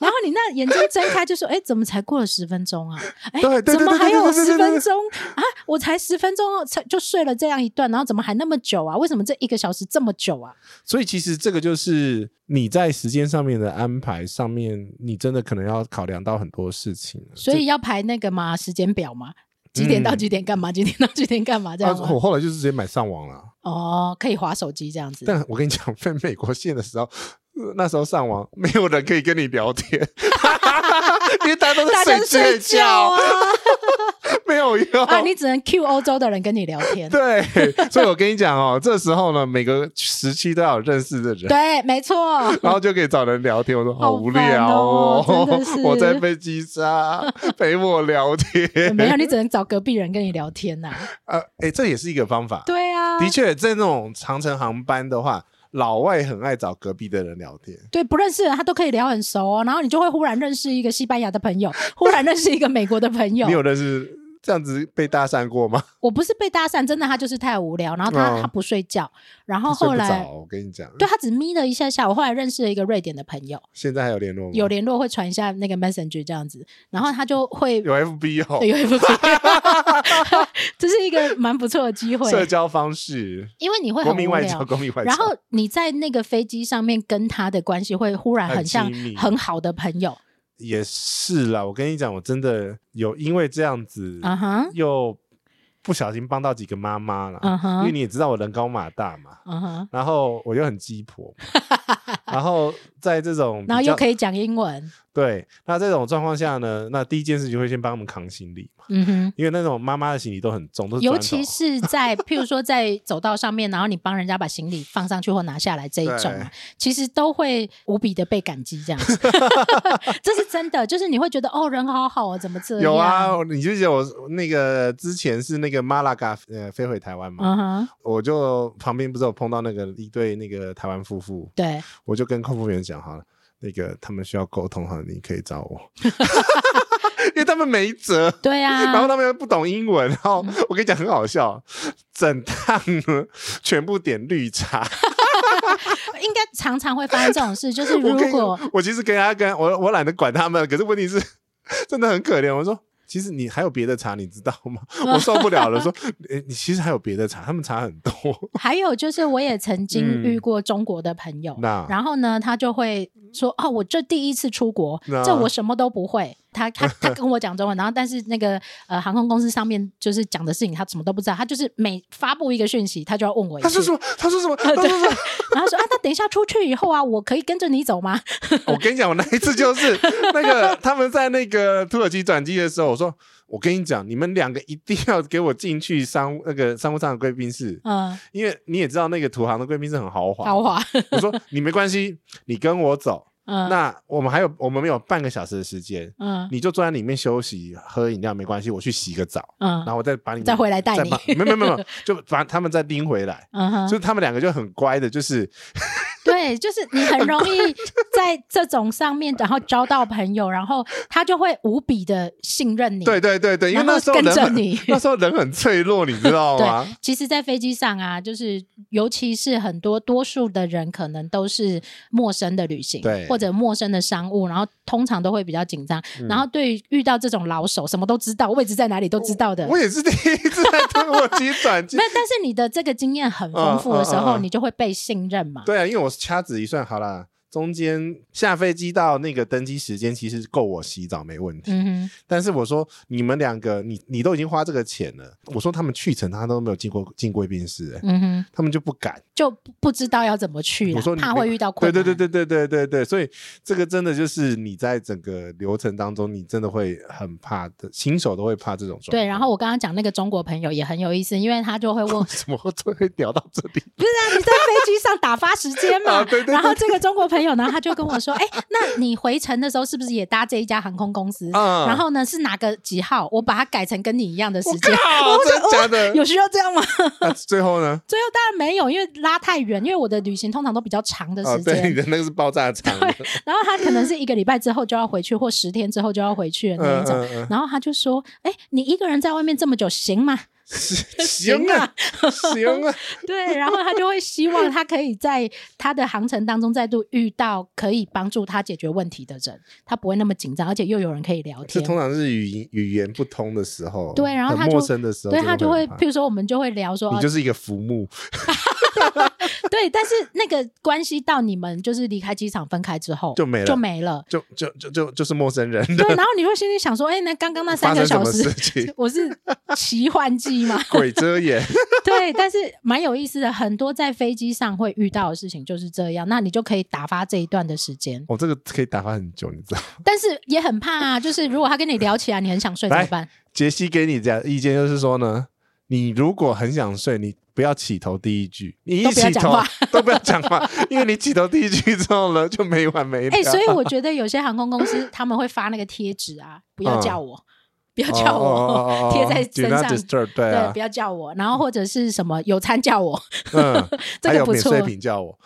然后你那眼睛睁开就说：“哎，怎么才过了十分钟啊？哎对，对怎么对对还对有对对十对对分钟啊？我才十分钟哦才就睡了这样一段，然后怎么还那么久啊？为什么这一个小时这么久啊？所以其实这个就是你在时间上面的安排上面，你真的可能要考量到很多事情了。所以要排那个嘛时间表嘛，几点到嗯几点干嘛，几点到几点干嘛这这啊样吗我后来就是直接买上网了。啊哦，可以划手机这样子。”但我跟你讲，在美国线的时候，呃那时候上网没有人可以跟你聊天，因为大家都大在家睡睡觉啊，没有用。 啊，你只能 Q 欧洲的人跟你聊天。对，所以我跟你讲哦，这时候呢，每个时期都要有认识的人。对，没错。然后就可以找人聊天，我说好无聊哦，烦哦真的是我在飞机上陪我聊天。没有，你只能找隔壁人跟你聊天呐、呃，哎，这也是一个方法。对啊，的确，在那种长城航班的话，老外很爱找隔壁的人聊天。对，不认识的人他都可以聊很熟哦，然后你就会忽然认识一个西班牙的朋友，忽然认识一个美国的朋友你。有认识这样子被搭讪过吗？我不是被搭讪，真的他就是太无聊，然后他、嗯他不睡觉，然后他 睡哦后不来着，我跟你讲，对啊他只眯了一下下，我后来认识了一个瑞典的朋友，现在还有联络吗？有联络会传一下那个 message 这样子，然后他就会有 FB 对哦，有 FB，这是一个蛮不错的机会，社交方式，因为你会国很民无外交，聊。国民外交。然后你在那个飞机上面跟他的关系会忽然很很像亲密很好的朋友，也是啦，我跟你讲，我真的有因为这样子，啊哈，又不小心帮到几个妈妈啦。嗯因为哼，你也知道我人高马大嘛，嗯哼，然后我又很鸡婆， 然后在这种然后又可以以讲英文，对，那这种状况下呢，那第一件事就会先帮他们扛行李嘛，嗯哼。因为那种妈妈的行李都很重，都是尤砖头 其是在譬如说在走道上面，然后你帮人家把行李放上去或拿下来这一种啊，其实都会无比的被感激这样 子，这是真的。就是你会觉得哦，人好好哦，怎么这样？有啊，，你就记得我那个之前是那个马拉嘎呃飞回台湾嘛，嗯哼，我就旁边不是有碰到那个一对那个台湾夫妇，对，我就跟空服员讲好了，那个他们需要沟通好，你可以找 我，因为他们没辙。对啊，嗯然后他们又不懂英文，然后我跟你讲很好笑，整趟呢全部点绿茶。应该常常会发生这种事，就是 我如跟果我其实跟他跟我我懒得管他们，可是问题是 真的很可怜。我说其实你还有别的茶，你知道吗？ 我受不了了，说 诶你其实还有别的茶，他们茶很多。 还有就是，我也曾经嗯遇过中国的朋友，那然后呢，他就会说：“哦，我这第一次出国那，这我什么都不会。他”他他跟我讲中文，然后但是那个呃航空公司上面就是讲的事情，他什么都不知道。他就是每发布一个讯息，他就要问我一他句，说什么？他说什 么？他说什么？然后说：“啊，那等一下出去以后啊，我可以跟着你走吗我跟你讲，我那一次就是 那个他们在那个土耳其转机的时候，我说我跟你讲，你们两个一定要给我进去商务那个商务舱的贵宾室？”，嗯，因为你也知道那个土航的贵宾室很豪华。豪华，我说你没关系，你跟我走。嗯那我们还有我们没有半个小时的时间， 嗯你就坐在里面休息，喝饮料没关系，我去洗个澡，然嗯后我再把你们再回来带再你把没有没有没 有，就把他们再拎回来。嗯哼所以他们两个就很乖的，就是对，就是你很容易在这种上面，然后交到朋友，然后他就会无比的信任你。对对对对，因为然后那时候跟人着很你那时候人很脆弱， 你知道吗？对，其实，在飞机上啊，就是尤其是很多多数的人，可能都是陌生的旅行，对或者陌生的商务，然后通常都会比较紧张。嗯然后对于遇到这种老手，什么都知道，位置在哪里都知道的。我也是第一次在土耳其转机 没，有，但是你的这个经验很丰富的时嗯候，嗯嗯嗯你就会被信任嘛。对啊，因为我掐指一算，好啦，中间下飞机到那个登机时间其实够我洗澡没问题。嗯但是我说你们两个，你你都已经花这个钱了，我说他们去程他都没有进过进贵宾室、欸，哼，嗯哼，他们就不敢。就不不知道要怎么去啦我说你怕会遇到对困对难。对对对对对对，所以这个真的就是你在整个流程当中，你真的会很怕的，新手都会怕这种状况。对，然后我刚刚讲那个中国朋友也很有意思，因为他就会 问，为什么会聊到这里？不是啊，你在飞机上打发时间嘛？啊对对对然后这个中国朋友，然后他就跟我说：“ 哎、那你回程的时候是不是也搭这一家航空公司？嗯然后呢是哪个几号？我把它改成跟你一样的时 间。靠，真的假的？ 有需要这样吗？那最后呢？最后当然没有，因为拉太远，因为我的旅行通常都比较长的哦，时间。对，你的那个是爆炸 场，然后他可能是一个礼拜之后就要回去，或十天之后就要回去的那一种。嗯然后他就说：“哎、你一个人在外面这么久行吗嗯，行啊，行啊，？” 对，然后他就会希望他可以在他的航程当中再度遇到可以帮助他解决问题的人，他不会那么紧张，而且又有人可以聊这 天。通常是语音语言不通的时候，对，然后他很就陌生的时候，对真的他就会很，怕譬如说我们就会聊说，你就是一个浮木，哦对，但是那个关系到你们就是离开机场分开之后就没了就没 了。就就就就就是陌生人， 对，然后你会心里想说，哎、那刚刚那三发个生什小么时事，情？我是奇幻记吗？ 鬼遮眼， 对，但是蛮有意思的，很多在飞机上会遇到的事情就是这样，那你就可以打发这一段的时间。我、哦、这个可以打发很久，你知道吗？但是也很怕啊，就是如果他跟你聊起来，你很想睡怎么来办？杰西给你的意见就是说呢，你如果很想睡，你不要起头第一句，你一都不要起讲头话都不要讲话，因为你起头第一句之后呢，就没完没了。哎、所以我觉得有些航空公司他们会发那个贴纸 啊，不要嗯叫我，不要哦叫我，哦哦哦哦 贴在 Do 身 not 上 disturb，对对，啊不，要叫我，然后或者是什么有餐叫我， 嗯，这还个有不免错。税品叫我，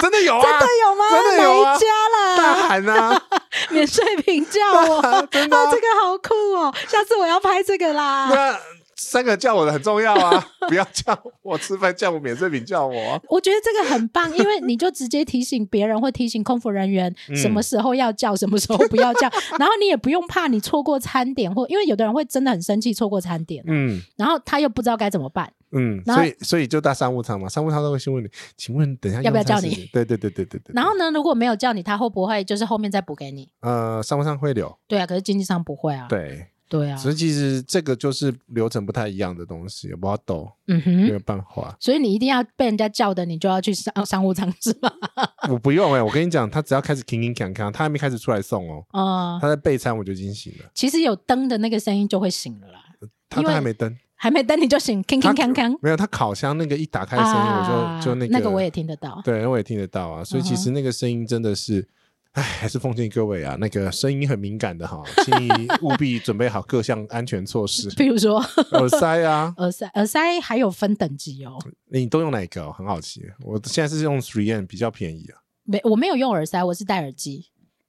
真的有啊，有吗真的有啊哪一家 大啦？喊啊，免税品叫我， 啊， 真的啊这个好酷哦！下次我要拍这个啦。那三个叫我的很重要啊，不要叫我吃饭叫我免税品叫我啊，我觉得这个很棒，因为你就直接提醒别人或提醒空服人员嗯什么时候要叫，什么时候不要 叫，然后你也不用怕你错过餐点，或因为有的人会真的很生气错过餐点，嗯。然后他又不知道该怎么办。嗯，然后所以所以就搭商务舱嘛，商务舱都会先问你，请问等一下要不要用餐叫你时间？对对对对对对。然后呢，如果没有叫你，他会不会就是后面再补给你？呃，商务舱会留，对啊，可是经济上不会啊。对，对啊，所以其实这个就是流程不太一样的东西，不好抖，嗯没哼。有办法。所以你一定要被人家叫的，你就要去商商务舱是吧？ 我不用哎、我跟你讲，他只要开始 king king 锵锵，他还没开始出来送哦，啊、他在备餐我就已经醒了，其实有灯的那个声音就会醒了啦，他因为他还没登，还没灯你就醒，铿铿锵锵没有他烤箱那个一打开的声音，啊！我就就那那个我也听得嗯到。对，我也听得到啊，所以其实那个声音真的是。哎，还是奉劝各位啊，那个声音很敏感的哈，请你务 必准备好各项安全措施。比如说，耳塞啊，耳塞，耳塞还有分等级哦。你都用哪一个、哦？很好奇。我现在是用 Three N 比较便宜啊，没，我没有用耳塞，我是戴耳机。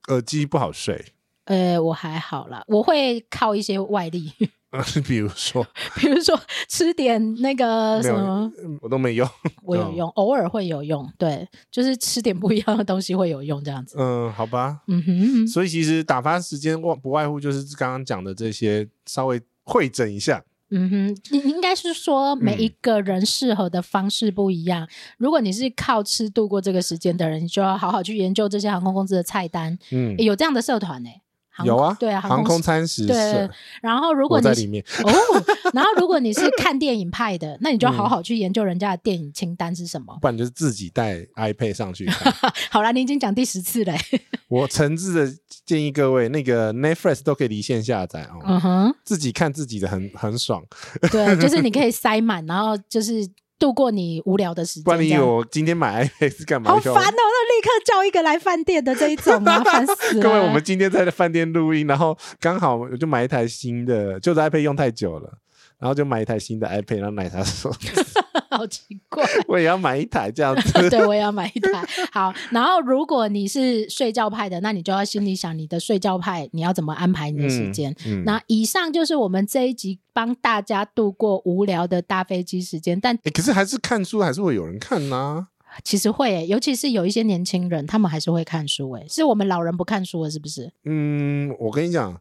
耳机不好睡。呃，我还好啦，我会靠一些外力， 呃 比如说，比如说吃点那个没什有嗯么，我都没用。我有用，偶尔会有用。对，就是吃点不一样的东西会有用，这样子。嗯，好吧。嗯哼，所以其实打发时间外不外乎就是刚刚讲的这些，稍微会诊一下。嗯哼，你你应该是说嗯每一个人适合的方式不一样。如果你是靠吃度过这个时间的人，你就要好好去研究这些航空公司的菜单。嗯，诶有这样的社团呢、航有啊，对啊，航空空。餐食对社，，然后如果我你在是里面。哦，然后如果你是看电影派的，那你就要嗯好好去研究人家的电影清单是什么。不然就是自己带 iPad 上去 看。好啦，你已经讲第十次嘞。我诚挚的建议各位，那个 Netflix 都可以离线下载哦，嗯哼，自己看自己的很很爽。对，就是你可以塞满，然后就是度过你无聊的时间。不然你以这为样我今天买 iPad 是干嘛？好烦哦，那立刻叫一个来饭店的这一种啊，烦死 了。各位，我们今天在饭店录音，然后刚好我就买一台新的，旧的 iPad 用太久了，然后就买一台新的 iPad。然后奶茶 说好奇怪。我也要买一台这样子。对，我也要买一台。好，然后如果你是睡觉派的，那你就要心里想你的睡觉派你要怎么安排你的时间。嗯，那以上就是我们这一集帮大家度过无聊的大飞机时间，但诶可是还是看书还是会有人看呐、其实会、欸，尤其是有一些年轻人，他们还是会看书、欸。是我们老人不看书了，是不是？嗯，我跟你讲，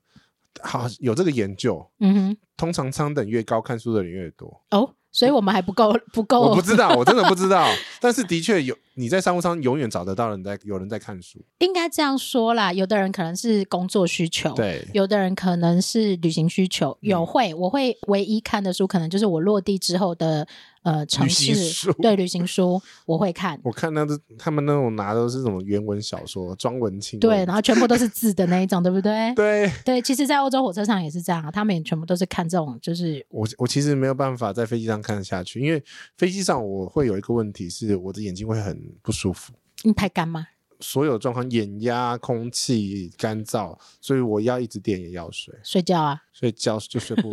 好有这个研究，嗯通常舱等越高，看书的人越多。哼，哦，所以我们还 不够，不够，我不知道，我真的不知 道。但是的确有，你在商务舱永远找得到人在有人在看书。应该这样说啦。有的人可能是工作需求，。对，嗯有的人可能是旅行需求，有会我会唯一看的书，可能就是我落地之后的呃城行市书对旅行书，我会看。我看那是他们那种拿的是什么原文小说，庄文清那对，种然后全部都是字的那一种，对不对？对。对，其实，在欧洲火车上也是这样啊，他们也全部都是看这种，就是我我其实没有办法在飞机上看下去，因为飞机上我会有一个问题是我的眼睛会很不舒服，嗯你太干吗？所有状况，眼压、空气干燥，所以我要一直点眼药水，睡觉啊，所以觉就睡不。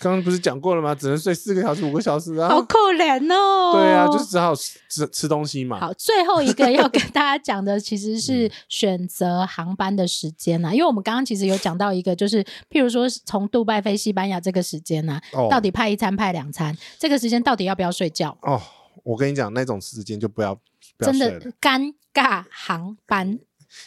刚刚不是讲过了吗？只能睡四个小时、五个小时啊。好可怜哦。对啊，就是只好吃吃东西嘛。好，最后一个要跟大家讲的其实嗯是选择航班的时间呐、啊因为我们刚刚其实有讲到一个，就是譬如说是从杜拜飞西班牙这个时间呐、哦到底派一餐派两餐，这个时间到底要不要睡觉？哦，我跟你讲，那种时间就不要不要真睡的了，尴尬航班，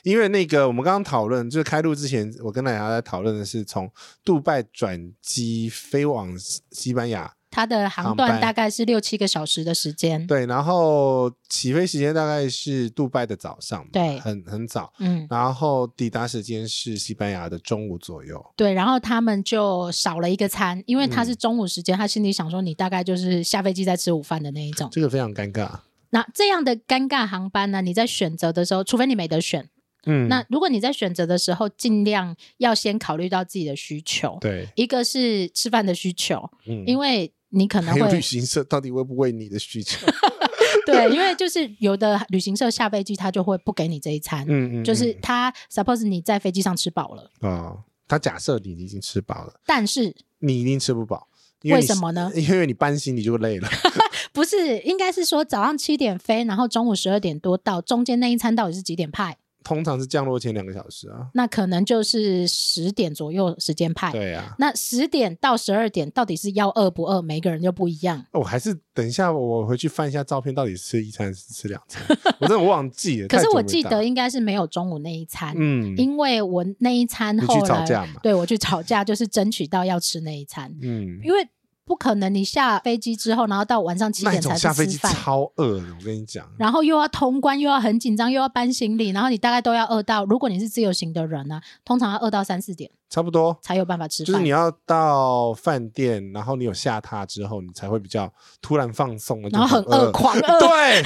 因为那个我们刚刚讨论，就是开录之前，我跟奶茶在讨论的是从杜拜转机飞往西西班牙，它的航航段班大概是六七个小时的时间。对，然后起飞时间大概是杜拜的早上嘛，对很很早，嗯，然后抵达时间是西班牙的中午左右，对，然后他们就少了一个餐，因为嗯他是中午时间，他心里想说你大概就是下飞机再吃午饭的那一种。这个非常尴尬。那这样的尴尬航班呢，你在选择的时候，除非你没得选，嗯，那如果你在选择的时候，尽量要先考虑到自己的需求，对，一个是吃饭的需求，嗯，因为你可能还有旅会行社到底为不为你的需 求？对，因为就是有的旅行社下飞机他就会不给你这一餐，嗯嗯，就是嗯他 suppose 你在飞机上吃饱了，哦，他假设你已经吃饱了，但是你一定吃不饱，因为你什么呢？因为你搬行李就累了。不是应该是说早上七点飞，然后中午十二点多到，中间那一餐到底是几点派？通常是降落前两个小时啊。那可能就是十点左右时间派。对啊，那十点到十二点到底是要饿不饿？每个人就不一样。哦我还是等一下，我回去翻一下照片，到底吃一餐还是吃两餐？我真的忘记了。 可是太久我没记打得，应该是没有中午那一餐，嗯，因为我那一餐你后去来吵架嘛对我去吵架，就是争取到要吃那一餐，嗯，因为不可能你下飞机之后，然后到晚上七那点一种才下飞去机吃饭。超饿的，我跟你讲。然后又要通关，又要很紧张，又要搬行李，然后你大概都要饿到，如果你是自由行的人呢、通常要饿到三四点差不多，才有办法吃就是饭你。要到饭店，然后你有下榻之后，你才会比较突然放松了，然后就很饿，狂饿，对，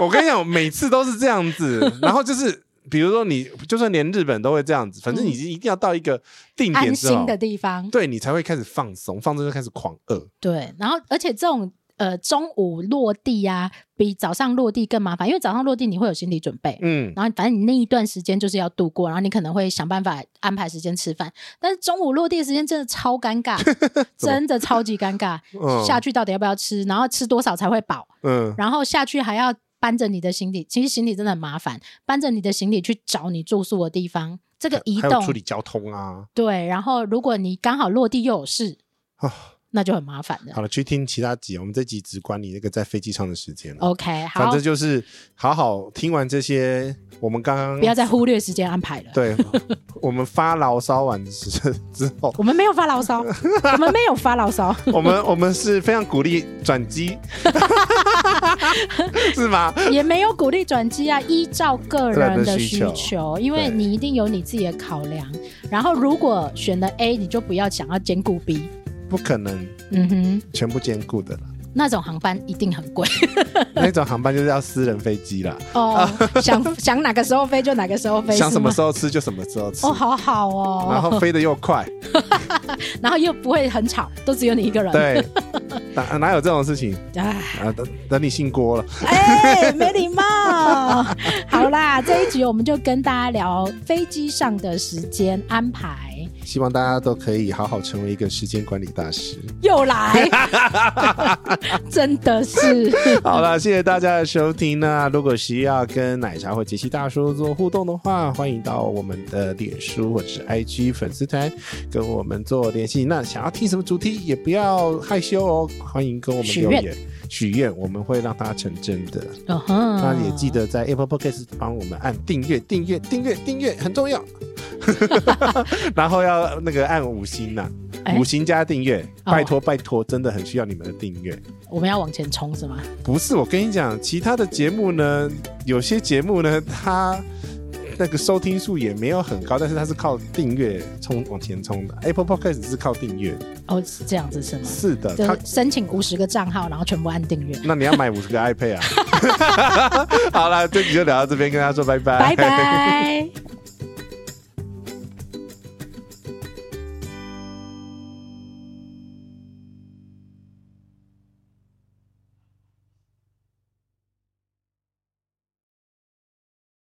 我跟你讲，我每次都是这样 子。然后就是，比如说你，就算连日本都会这样子，反正你一定要到一个定点嗯安之后心，的地方。对你才会开始放松，放松就开始狂饿。对，然后而且这种呃中午落地呀、比早上落地更麻烦，因为早上落地你会有心理准备，嗯，然后反正你那一段时间就是要度过，然后你可能会想办法安排时间吃饭，但是中午落地的时间真的超尴 尬，真的超级尴尬。嗯下去到底要不要吃，然后吃多少才会饱，嗯，然后下去还要搬着你的行李，其实行李真的很麻烦，搬着你的行李去找你住宿的地方，这个移还有动处理交通啊。对，然后如果你刚好落地又有事，啊那就很麻烦了好。了，去听其他集，我们这集只管你那个在飞机上的时间了。 OK，反好正，就是好好听完这些，我们刚刚不要再忽略时间安排 了。对，我们发牢骚完之之后， 我们没有发 牢骚，我们没有发牢骚。我们我们是非常鼓励转机， 是吗？也没有鼓励转机啊，依照个人的需个人的需求，因为你一定有你自己的考量。然后如果选了 A，你就不要想要兼顾 B。不可能嗯哼，全部兼顾 的啦，那种航班一定很贵那种航班就是要私人飞机啦，哦。 想想哪个时候飞就哪个时候飞，啊想什么时候？候吃就什么时候吃哦，，好好然哦，后飞得又快，然后又不会很吵，都只有你一个人。，对，哪哪有这种事情哎，啊？等等你姓郭了，哎，没礼貌。 好啦，这一集我们就跟大家聊飞机上的时间安排。希望大家都可以好好成为一个时间管理大师。又 来，真的是。好了，谢谢大家的收听。那如果需要跟奶茶或杰西大叔做互动的话，欢迎到我们的脸书或者是 IG 粉丝团跟我们做联系。那想要听什么主题，也不要害羞哦，欢迎跟我们许留愿言许愿，我们会让它成真的。嗯哼那也记得在 Apple Podcast 帮我们按订阅、订阅、订阅、订阅，很重 要。然后要那个按五星呐、啊哎五星加订阅，哦拜托拜托，真的很需要你们的订阅。我们要往前冲是吗？不是，我跟你讲，其他的节目呢，有些节目呢，它那个收听数也没有很高，但是它是靠订阅冲往前冲的。Apple Podcast 是靠订阅，哦，是这样子是吗？是的，就它。申请五十个账号，然后全部按订阅。那你要买五十 个 iPad 啊！好了，这集就聊到这边，跟大家说拜拜，拜拜。